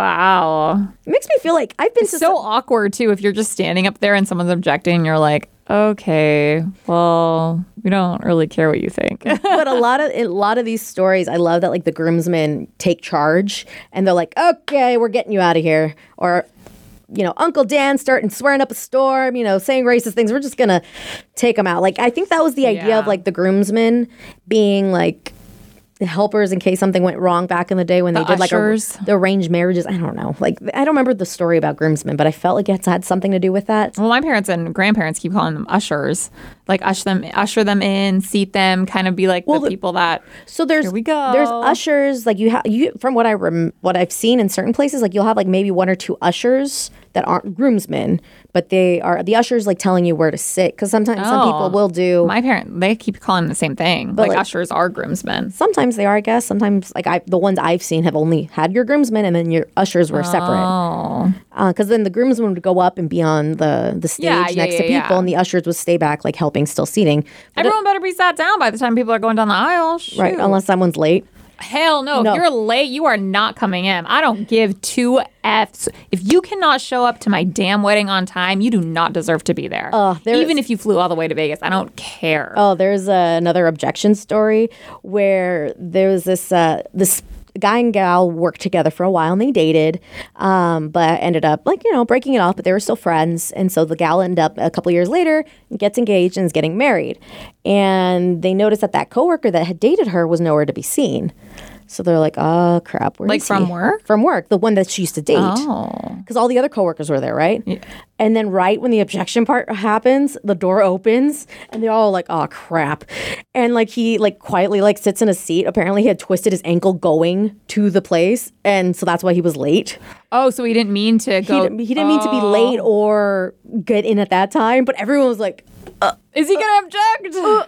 C: wow.
B: it makes me feel like I've been to
C: So awkward too if you're just standing up there and someone's objecting, you're like, "Okay, well, we don't really care what you think."
B: but a lot of a lot of these stories, I love that like the groomsmen take charge and they're like, okay, we're getting you out of here, or you know, Uncle Dan starting swearing up a storm, you know, saying racist things. We're just gonna take them out. Like I think that was the idea of
C: Yeah.
B: like the groomsmen being like the helpers in case something went wrong back in the day when they
C: The
B: did
C: ushers.
B: like a, the arranged marriages. I don't know. Like I don't remember the story about groomsmen, but I felt like it's had something to do with that.
C: well, my parents and grandparents keep calling them ushers. Like usher them usher them in, seat them, kind of be like the people that
B: So there's
C: Here we go.
B: there's ushers like you have you from what I rem- what I've seen in certain places like you'll have like maybe one or two ushers that aren't groomsmen but they are the ushers like telling you where to sit because sometimes some people
C: Oh.
B: will do
C: my parent they keep calling them the same thing. Like,
B: like-
C: ushers are groomsmen.
B: sometimes they are I guess sometimes like I the ones I've seen have only had your groomsmen and then your ushers were separate
C: Oh.
B: because then the groomsmen would go up and be on the the stage
C: Yeah, yeah,
B: next to
C: yeah,
B: people
C: yeah.
B: and the ushers would stay back like helping still seating But
C: Everyone better be sat down by the time people are going down the aisle.
B: it- right
C: Shoot.
B: unless someone's late
C: Hell no.
B: No.
C: If you're late, you are not coming in. I don't give two F's. If you cannot show up to my damn wedding on time, you do not deserve to be there.
B: Uh, there
C: Even if you flew all the way to Vegas, I don't care.
B: Oh, there's uh, another objection story where there was this uh, this guy and gal worked together for a while and they dated, um, but ended up like you know breaking it off. But they were still friends, and so the gal ended up a couple years later gets engaged and is getting married. And they noticed that that coworker that had dated her was nowhere to be seen. So they're like, oh crap, where
C: Like
B: is
C: from
B: he?"
C: work?
B: From work, the one that she used to date
C: Oh.
B: because all the other coworkers were there, right? And then right when the objection part happens, the door opens and they're all like, "Oh crap!" And like he like quietly like sits in a seat. Apparently, he had twisted his ankle going to the place, and so that's why he was late.
C: Oh, so he didn't mean to
B: He
C: go.
B: didn't, he didn't mean to be late or get in at that time, but everyone was like,
C: Is he going to
B: Uh,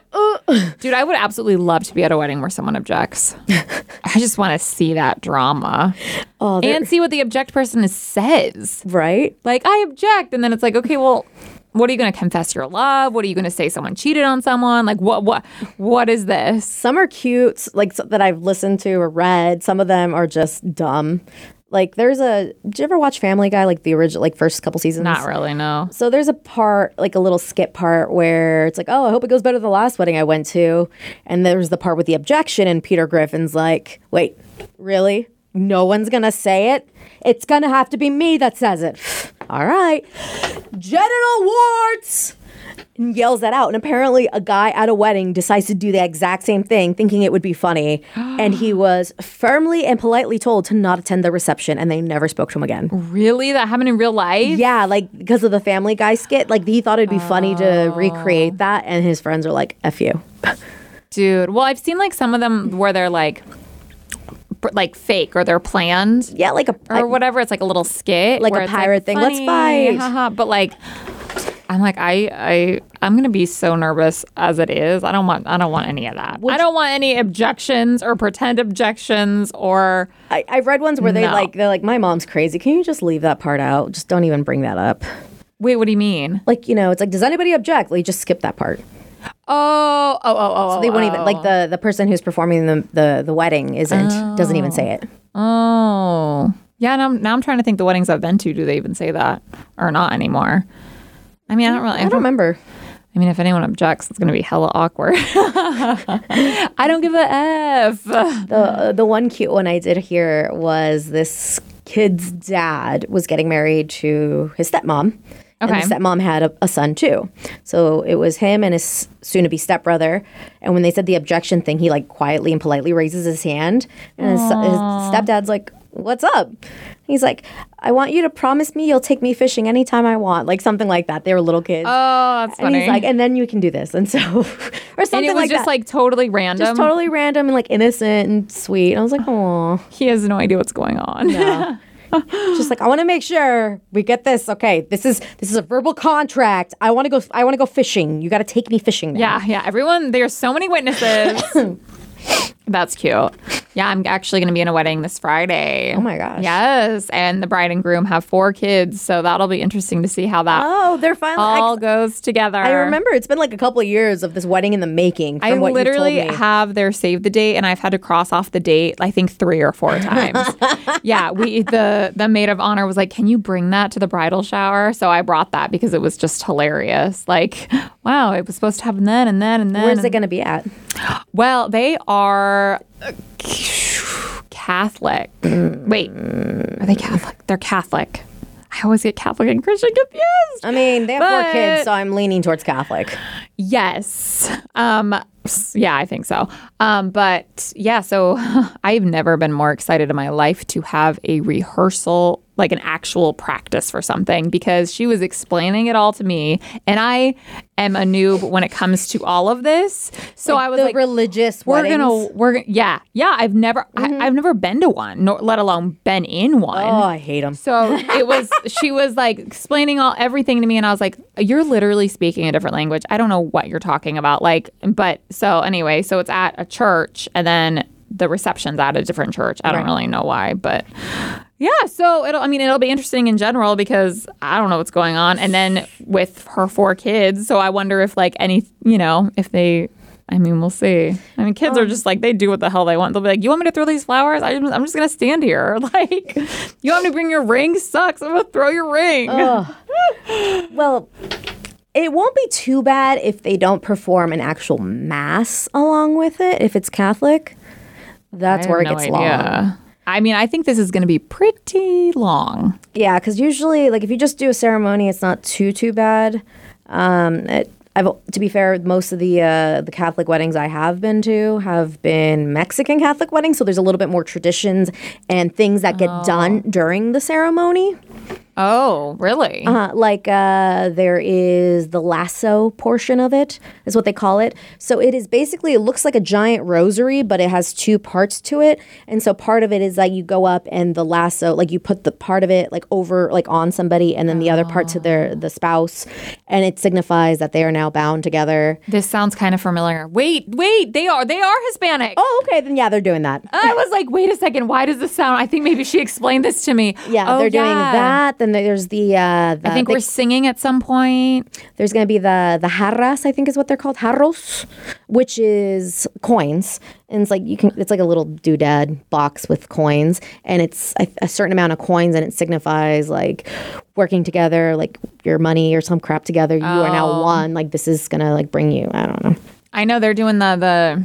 C: object? Dude, I would absolutely love to be at a wedding where someone objects. I just want to see that drama
B: Oh,
C: and see what the object person is- says.
B: "Right."
C: like I object, and then it's like, okay, well, what are you going to confess your love? What are you going to say? Someone cheated on someone? Like what? What? What is this?
B: Some are cute, like so, that I've listened to or read. Some of them are just dumb. Like there's a. Did you ever watch Family Guy? Like the original, like first couple seasons.
C: Not really. No.
B: So there's a part, like a little skip part, where it's like, oh, I hope it goes better than the last wedding I went to. And there's the part with the objection, and Peter Griffin's like, wait, really? No one's gonna say it? It's gonna have to be me that says it. All right. Genital warts! and yells that out. And apparently, a guy at a wedding decides to do the exact same thing, thinking it would be funny. and he was firmly and politely told to not attend the reception, and they never spoke to him again.
C: Really? That happened in real life?
B: Yeah, like because of the Family Guy skit, like he thought it'd be funny to recreate that, and his friends are like, "F you."
C: Dude. Well, I've seen like some of them where they're like pr- like fake or they're planned
B: Yeah, like a
C: or whatever. It's like a little skit.
B: Like a
C: where it's,
B: pirate thing. Let's
C: funny,
B: fight.
C: haha. But like I'm like I I I'm gonna be so nervous as it is. I don't want I don't want any of that. I don't want any objections or pretend objections or
B: I, I've read ones where they
C: No.
B: like they're like, "My mom's crazy. Can you just leave that part out? Just don't even bring that up."
C: wait. What do you mean?
B: Like you know, it's like, does anybody object? Like, just skip that part.
C: Oh oh oh oh.
B: So they won't even like the the person who's performing the the, the wedding isn't doesn't even say it.
C: Oh. Yeah, now I'm, now I'm trying to think the weddings I've been to, do they even say that or not anymore? I mean, I don't really.
B: I don't remember.
C: I mean, if anyone objects, it's going to be hella awkward. I don't give a F. Oh,
B: The uh, the one cute one I did hear was this kid's dad was getting married to his stepmom. And
C: Okay.
B: the stepmom had a, a son too. So it was him and his soon to be stepbrother. And when they said the objection thing, he like quietly and politely raises his hand. And his, his stepdad's like, What's up? He's like, I want you to promise me you'll take me fishing anytime I want. Like something like that. They were little kids.
C: Oh, that's
B: and
C: funny.
B: he's like, and then you can do this. And so, or something
C: and it was
B: like
C: just
B: that.
C: like totally random.
B: just totally random and like innocent and sweet. And I was like, oh,
C: he has no idea what's going on.
B: just like I want to make sure we get this. Okay, this is this is a verbal contract. I want to go. I want to go fishing. You got to take me fishing. Now.
C: yeah, yeah. Everyone, there's so many witnesses. that's cute. Yeah, I'm actually going to be in a wedding this Friday.
B: Oh my gosh.
C: Yes, and the bride and groom have four kids, so that'll be interesting to see how that
B: Oh, they're finally. I-
C: all goes together.
B: I, remember it's been like a couple of years of this wedding in the making. From
C: I
B: what
C: literally
B: you told me.
C: have their save the date, and I've had to cross off the date. I think three or four times. yeah, we the the maid of honor was like, "Can you bring that to the bridal shower?" So I brought that because it was just hilarious. Like, wow, it was supposed to happen then and then and then.
B: Where's it
C: and-
B: going to be at?
C: well, they are uh, Catholic. Wait, are they Catholic? They're Catholic. I always get Catholic and Christian confused.
B: I mean, they have four
C: But-
B: kids, so I'm leaning towards Catholic.
C: Yes. Um s- yeah, I think so. Um but yeah, so I've never been more excited in my life to have a rehearsal, like an actual practice for something because she was explaining it all to me and I am a noob when it comes to all of this. So I was
B: the
C: like
B: religious
C: we're
B: weddings. Mm-hmm.
C: gonna we're gonna yeah yeah I've never I, I've never been to one nor let alone been in one
B: Oh, I hate them.
C: so it was she was like explaining all everything to me and I was like you're literally speaking a different language. I don't know what you're talking about like but so anyway, so it's at a church and then the reception's at a different church. I don't really know why, but yeah, so it'll I mean it'll be interesting in general because I don't know what's going on and then with her four kids, so I wonder if like any, you know, if they I mean, we'll see. I mean, kids are
B: Um,
C: just like they do what the hell they want. They'll be like, "You want me to throw these flowers? I'm, I'm just gonna stand here." Like, you want me to bring your ring? Sucks. I'm gonna throw your
B: Oh.
C: ring.
B: Well, it won't be too bad if they don't perform an actual mass along with it. If it's Catholic, that's where it gets long.
C: I mean, I think this is gonna be pretty long.
B: Yeah, because usually, like if you just do a ceremony, it's not too too bad. Um, it, I've to be fair, most of the uh, the Catholic weddings I have been to have been Mexican Catholic weddings, so there's a little bit more traditions and things that get done during the ceremony.
C: Oh, really?
B: Uh, like uh, there is the lasso portion of it is what they call it. So it is basically it looks like a giant rosary, but it has two parts to it. And so part of it is that you go up and the lasso, like you put the part of it like over like on somebody, and then the other part to their the spouse, and it signifies that they are now bound together.
C: This sounds kind of familiar. Wait, wait, they are they are Hispanic.
B: Oh, okay, then yeah, they're doing that.
C: I was like, wait a second, why does this sound? I think maybe she explained this to me.
B: Yeah,
C: Oh,
B: they're doing
C: yeah.
B: that. Then there's the, uh, the
C: I think
B: they-
C: we're singing at some point.
B: There's going to be the the jarras, I think is what they're called, jarros, which is coins, and it's like you can it's like a little doodad box with coins, and it's a, a certain amount of coins, and it signifies like working together, like your money or some crap together. You are
C: Oh.
B: now one. Like this is gonna like bring you. I don't know.
C: I know they're doing the the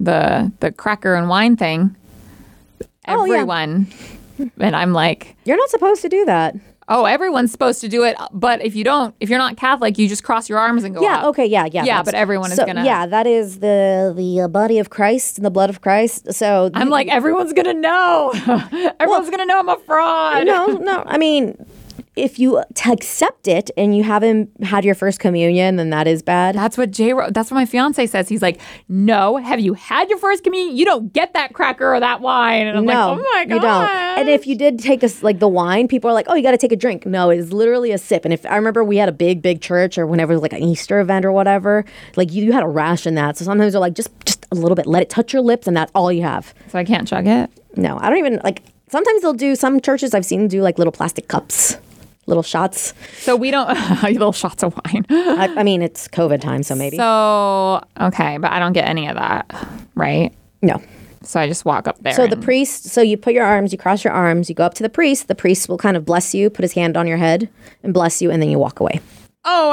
C: the the cracker and wine thing.
B: Oh, yeah.
C: Everyone. And I'm like,
B: You're not supposed to do that.
C: oh, everyone's supposed to do it, but if you don't, if you're not Catholic, you just cross your arms and go.
B: Yeah.
C: up.
B: Okay. Yeah. Yeah.
C: Oh, Yeah,
B: that's-
C: but everyone is
B: so,
C: gonna-
B: Yeah, that is the the body of Christ and the blood of Christ. So
C: I'm like, everyone's gonna know. everyone's gonna know I'm a fraud.
B: no, no. I mean, if you t- accept it and you haven't had your first communion, then that is bad.
C: That's what J. Ro- that's what my fiance says. He's like, no, have you had your first communion? You don't get that cracker or that wine. And I'm
B: no,
C: like, oh my god,
B: you don't. And if you did take us like the wine, people are like, "Oh, you got to take a drink." No, it is literally a sip. And if I remember, we had a big, big church or whenever it was like an Easter event or whatever, like you, you had a rash in that. So sometimes they're like, just, just a little bit, let it touch your lips, and that's all you have.
C: so I can't chug it.
B: No, I don't even like. Sometimes they'll do some churches I've seen do like little plastic cups, little shots.
C: So we don't little shots of wine.
B: I, I mean, it's COVID time, so maybe
C: So okay, but I don't get any of that, right?
B: no.
C: So I just walk up there.
B: So the
C: and-
B: priest, so you put your arms, you cross your arms, you go up to the priest. The priest will kind of bless you, put his hand on your head, and bless you, and then you walk away.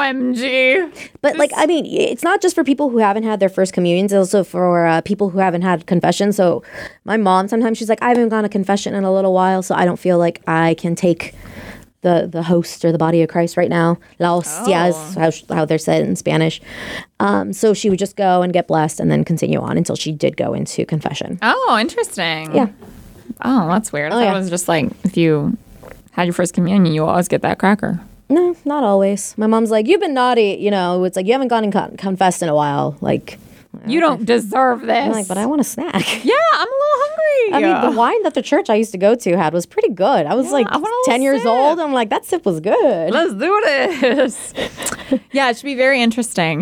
C: OMG.
B: But like, I mean, it's not just for people who haven't had their first communions. It's also for uh, people who haven't had confession. So, my mom sometimes she's like, I haven't gone to confession in a little while, so I don't feel like I can take the the host or the body of Christ right now. La hostia is how, sh- how they're said in Spanish. Um, so she would just go and get blessed, and then continue on until she did go into confession.
C: Oh, interesting.
B: Yeah.
C: Oh, that's weird. I thought
B: yeah.
C: it was just like if you had your first communion, you always get that cracker.
B: No, not always. My mom's like, you've been naughty. You know, it's like you haven't gone and con- confessed in a while. Like,
C: You don't deserve this.
B: I'm like, but I want a snack.
C: yeah, I'm a little hungry.
B: I mean, the wine that the church I used to go to had was pretty good. I was like
C: I want a little
B: 10 years
C: sip.
B: old. I'm like, that sip was good.
C: Let's do this. yeah, it should be very interesting.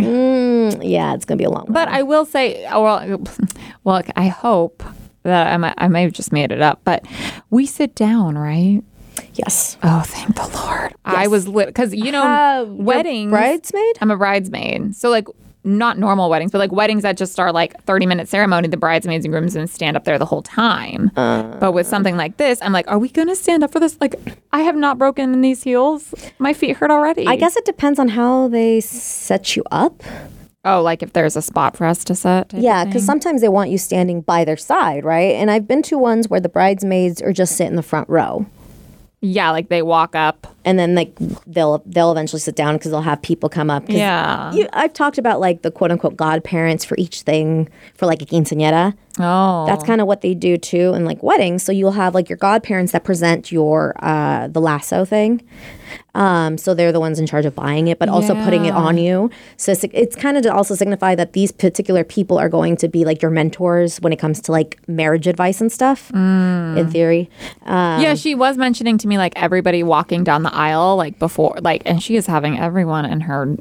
B: Yeah, it's going to be a long
C: But I will say, oh, well, well, I hope that I might, I may have just made it up, but we sit down, right?
B: one. Yes.
C: Oh, thank the Lord. I was lit because you know
B: Uh, you're
C: weddings.
B: bridesmaid?
C: I'm a bridesmaid, so like not normal weddings, but like weddings that just are like 30 minute ceremony. The bridesmaids and groomsmen stand up there the whole time. but with something like this, I'm like, are we gonna stand up for this? Like, I have not broken in these heels. My feet hurt already.
B: I guess it depends on how they set you up.
C: Oh, like if there's a spot for us to sit. type of
B: Yeah,
C: thing?
B: because sometimes they want you standing by their side, right? And I've been to ones where the bridesmaids are just sit in the front row.
C: yeah, like they walk up.
B: And then like they'll they'll eventually sit down because they'll have people come up. 'cause
C: Yeah.
B: you, I've talked about like the quote unquote godparents for each thing for like a quinceañera.
C: Oh.
B: that's kind of what they do too in like weddings so you'll have like your godparents that present your uh the lasso thing um so they're the ones in charge of buying it but also putting it
C: Yeah.
B: on you so it's, it's kind of to also signify that these particular people are going to be like your mentors when it comes to like marriage advice and stuff in
C: Mm.
B: theory
C: yeah, she was mentioning to me like everybody walking down the aisle like before like and she is having everyone and her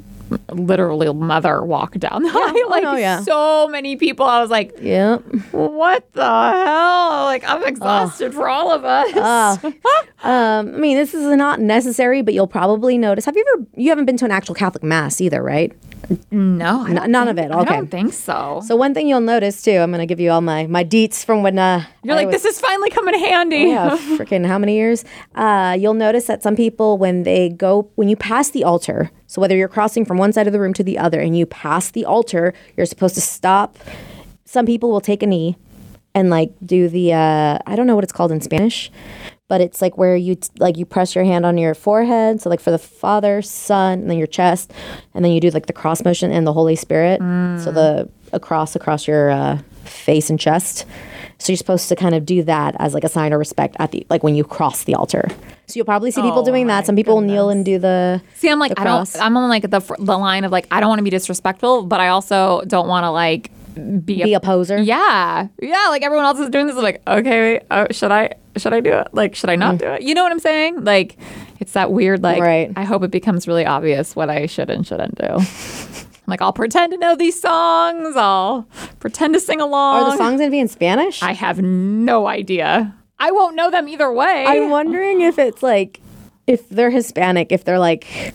C: literally mother walk down the aisle like
B: no, yeah.
C: so many people. I was like,
B: yeah
C: what the hell? Like I'm exhausted for all of us.
B: um i mean this is not necessary but you'll probably notice have you ever you haven't been to an actual catholic mass either right
C: no, I don't
B: none of
C: think-
B: it, okay.
C: I don't think so.
B: so one thing you'll notice too i'm gonna give you all my my deets from when uh
C: You're
B: I
C: like,
B: was-
C: this is finally coming handy.
B: yeah, freaking how many years? Uh, you'll notice that some people, when they go, when you pass the altar, so whether you're crossing from one side of the room to the other and you pass the altar, you're supposed to stop. Some people will take a knee and like do the, uh, I don't know what it's called in Spanish, but it's like where you, t- like you press your hand on your forehead. So like for the Father, Son, and then your chest. And then you do like the cross motion and the Holy Spirit. So the across, across your, uh, face and chest. So you're supposed to kind of do that as like a sign of respect at the like when you cross the altar. So you'll probably see people
C: Oh,
B: doing
C: my
B: that. Some people will kneel and do the
C: See, I'm like,
B: the
C: I don't.
B: cross.
C: I'm on like the fr- the line of like, I don't want to be disrespectful, but I also don't want to like be,
B: be a poser.
C: yeah, yeah. Like everyone else is doing this. I'm like, okay, wait, oh, should I should I do it? Like, should I not do it? You know what I'm saying? Like, it's that weird. Like,
B: Mm. Right.
C: I hope it becomes really obvious what I should and shouldn't do. I'm like, I'll pretend to know these songs. I'll pretend to sing along.
B: Are the songs gonna be in Spanish?
C: I have no idea. I won't know them either way.
B: I'm wondering if it's like if they're Hispanic, if they're like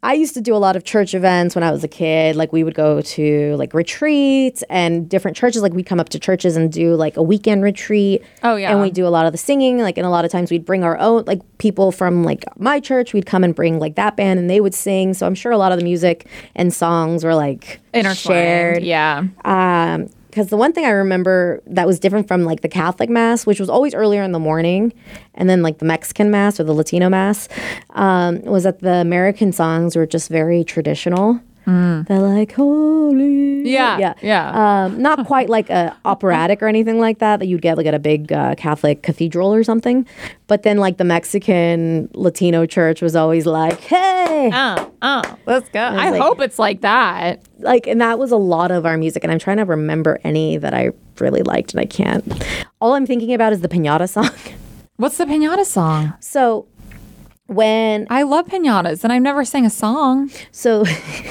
B: I used to do a lot of church events when I was a kid. Like we would go to like retreats and different churches. Like we'd come up to churches and do like a weekend retreat.
C: Oh, yeah.
B: And we do a lot of the singing. Like and a lot of times we'd bring our own like people from like my church. We'd come and bring like that band and they would sing. So I'm sure a lot of the music and songs were like
C: Intertwined.
B: shared
C: Yeah.
B: because because Um, the one thing I remember that was different from like the Catholic mass, which was always earlier in the morning, and then like the Mexican mass or the Latino mass, um, was that the American songs were just very traditional. They're like holy,
C: Mm. Yeah,
B: yeah,
C: yeah.
B: Um, not quite like a operatic or anything like that that you'd get like at a big uh, Catholic cathedral or something. But then like the Mexican Latino church was always like, hey,
C: Uh, uh, let's go. I
B: like-
C: hope it's like that.
B: like and that was a lot of our music and i'm trying to remember any that i really liked and i can't all i'm thinking about is the piñata song
C: What's the pinata song?
B: so when
C: I love pinatas, and I've never sang a song.
B: so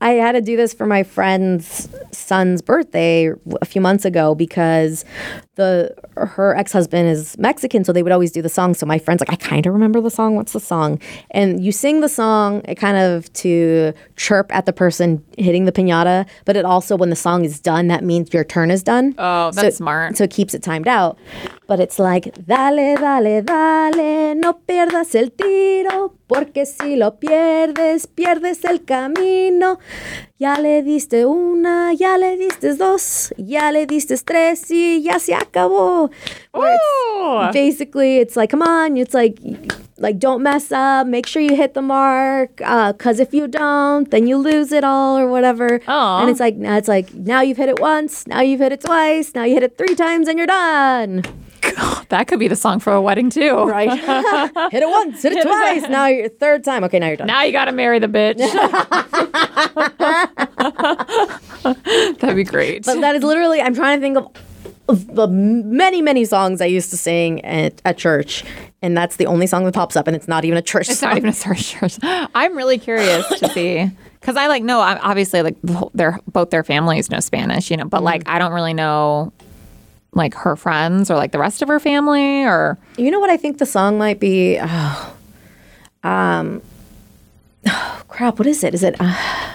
B: i had to do this for my friend's son's birthday a few months ago because the her ex-husband is mexican so they would always do the song so my friend's like i kind of remember the song what's the song and you sing the song it kind of to chirp at the person hitting the piñata but it also when the song is done that means your turn is done
C: Oh,
B: So-
C: that's smart.
B: So it keeps it timed out. But it's like, dale, dale, dale, no pierdas el tiro, porque si lo pierdes, pierdes el camino. Ya le diste una, ya le diste dos, ya le diste tres, y ya se acabó. Where it's-
C: Ooh.
B: basically it's like come on it's like like don't mess up make sure you hit the mark because if you don't then you lose it all or whatever
C: Aw.
B: and it's like now it's like now you've hit it once now you've hit it twice now you hit it three times and you're done
C: That could be the song for a wedding too.
B: right hit it once hit it twice now you're third time okay now you're done
C: Now you gotta marry the bitch. That'd be great.
B: but that is literally i'm trying to think of of the many many songs i used to sing at, at church and that's the only song that pops up and it's not even a church
C: It's
B: song
C: not even a Sorry Church. I'm really curious to see because I like no, I'm obviously like the whole- their both their families know Spanish, you know, but like I don't really know like her friends or like the rest of her family or
B: You know what I think the song might be? Oh, um, oh, crap. What is it? Is it? Uh,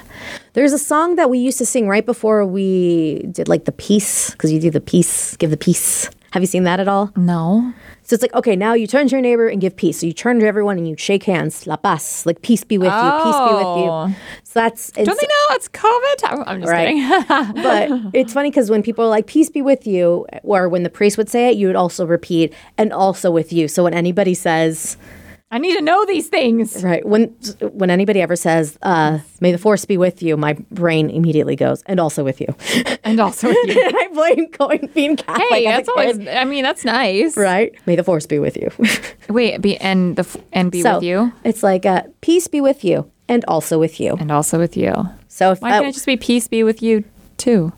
B: there's a song that we used to sing right before we did like the peace, because you do the peace, give the peace. Have you seen that at all?
C: no.
B: So it's like, okay, now you turn to your neighbor and give peace. So you turn to everyone and you shake hands, la paz, like peace be with you, peace be with you. So that's it's,
C: Oh. Don't they know it's COVID? I'm, I'm just
B: Right.
C: kidding.
B: but it's funny because when people are like peace be with you or when the priest would say it you would also repeat and also with you so when anybody says
C: I need to know these things.
B: Right. When when anybody ever says, uh, "May the force be with you," my brain immediately goes, "And also with you."
C: And also, with you.
B: and I blame going being Catholic.
C: hey,
B: as a
C: that's always.
B: kid.
C: I mean, that's nice.
B: right. May the force be with you.
C: Wait, be and the f- and be
B: so
C: with you,
B: it's like, uh, "Peace be with you," and also with you.
C: and also with you.
B: So if
C: Why
B: that,
C: can't it just be peace be with you too?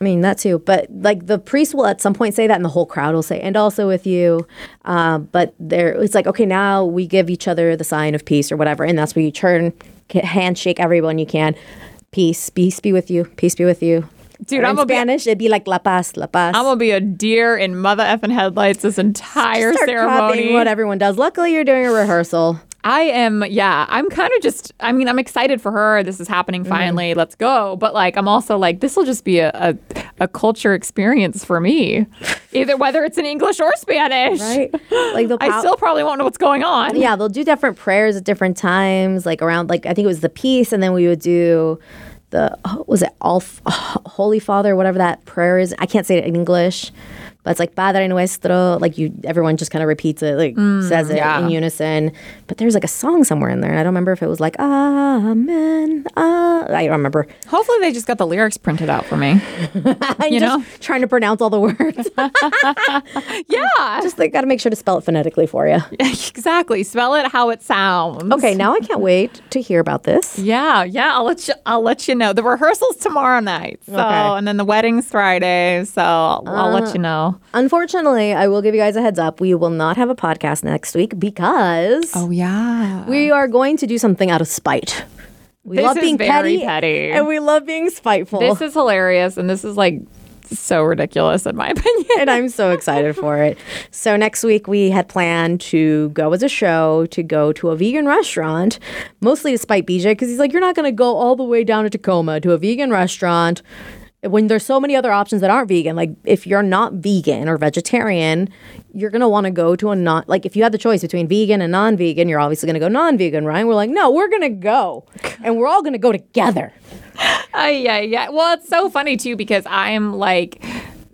B: I mean that too, but like the priest will at some point say that, and the whole crowd will say, "And also with you." Uh, but there, it's like, okay, now we give each other the sign of peace or whatever, and that's where you turn, ca- handshake everyone you can. Peace, peace be with you. Peace be with you.
C: Dude,
B: Or
C: I'm
B: in
C: gonna be-
B: Spanish. it'd be like la paz, la paz.
C: I'm gonna be a deer in mother effing headlights this entire
B: Start
C: ceremony.
B: copying what everyone does. Luckily, you're doing a rehearsal.
C: I am, yeah. I'm kind of just. I mean, I'm excited for her. This is happening finally. Let's go. But like, I'm also like, this will just be a, a a culture experience for me, either whether it's in English or Spanish.
B: Right? Like they'll
C: I
B: pow-
C: still probably won't know what's going on.
B: Yeah, they'll do different prayers at different times, like around like I think it was the peace, and then we would do the oh, was it all oh, Holy Father, whatever that prayer is. I can't say it in English, but it's like Padre Nuestro. Like you, everyone just kind of repeats it, like says it
C: Mm, yeah.
B: in unison. But there's like a song somewhere in there, and I don't remember if it was like Amen. Ah, I don't remember.
C: Hopefully, they just got the lyrics printed out for me.
B: I'm
C: You
B: just
C: know?
B: trying to pronounce all the words.
C: Yeah,
B: just like got to make sure to spell it phonetically for you.
C: exactly. Spell it how it sounds.
B: Okay, now I can't wait to hear about this.
C: Yeah, yeah. I'll let you. I'll let you know. The rehearsal's tomorrow night. So,
B: Okay.
C: and then the wedding's Friday. So I'll let you know.
B: Unfortunately, I will give you guys a heads up. We will not have a podcast next week because
C: Oh. yeah.
B: we are going to do something out of spite. We
C: This
B: love
C: is
B: being
C: very
B: petty,
C: petty.
B: and we love being spiteful.
C: This is hilarious, and this is like so ridiculous in my opinion.
B: and I'm so excited for it. So next week we had planned to go as a show to go to a vegan restaurant, mostly to spite BJ because he's like, you're not going to go all the way down to Tacoma to a vegan restaurant when there's so many other options that aren't vegan like if you're not vegan or vegetarian you're going to want to go to a non like if you had the choice between vegan and non-vegan you're obviously going to go non-vegan right we're like no we're going to go and we're all going to go together
C: Uh, yeah, yeah. Well, it's so funny too because I'm like,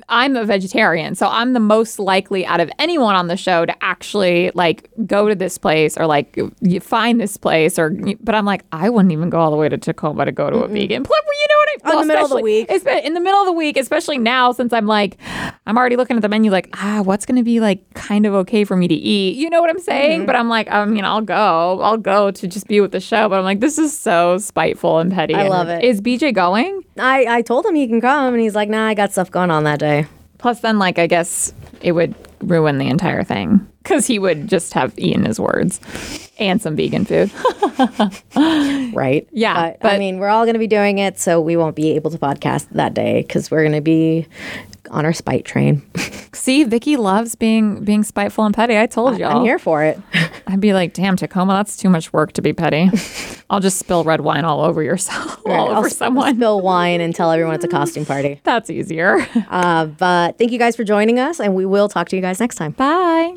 C: I'm a vegetarian, so I'm the most likely out of anyone on the show to actually like go to this place or like you find this place or. But I'm like, I wouldn't even go all the way to Tacoma to go to a vegan place. Well, You know what I
B: the middle of the
C: especially-
B: week.
C: espe- In the middle of the week, especially now, since I'm like, I'm already looking at the menu, like, ah, what's going to be like kind of okay for me to eat? You know what I'm saying? But I'm like, I mean, I'll go, I'll go to just be with the show. But I'm like, this is so spiteful and petty.
B: I
C: And
B: love it.
C: Is BJ going?
B: i i told him he can come and he's like nah i got stuff going on that day
C: Plus, then, like, I guess it would ruin the entire thing because he would just have eaten his words and some vegan food.
B: right
C: Yeah,
B: but, i
C: but-
B: mean we're all going to be doing it so we won't be able to podcast that day because we're going to be on our spite train
C: See, Vicky loves being being spiteful and petty. I told y'all.
B: i'm here for it
C: I'd be like, damn, Tacoma, that's too much work to be petty. I'll just spill red wine all over yourself, all
B: I'll
C: over
B: sp-
C: someone.
B: spill wine and tell everyone it's a costume party
C: that's easier.
B: Uh, but thank you guys for joining us, and we will talk to you guys next time.
C: Bye.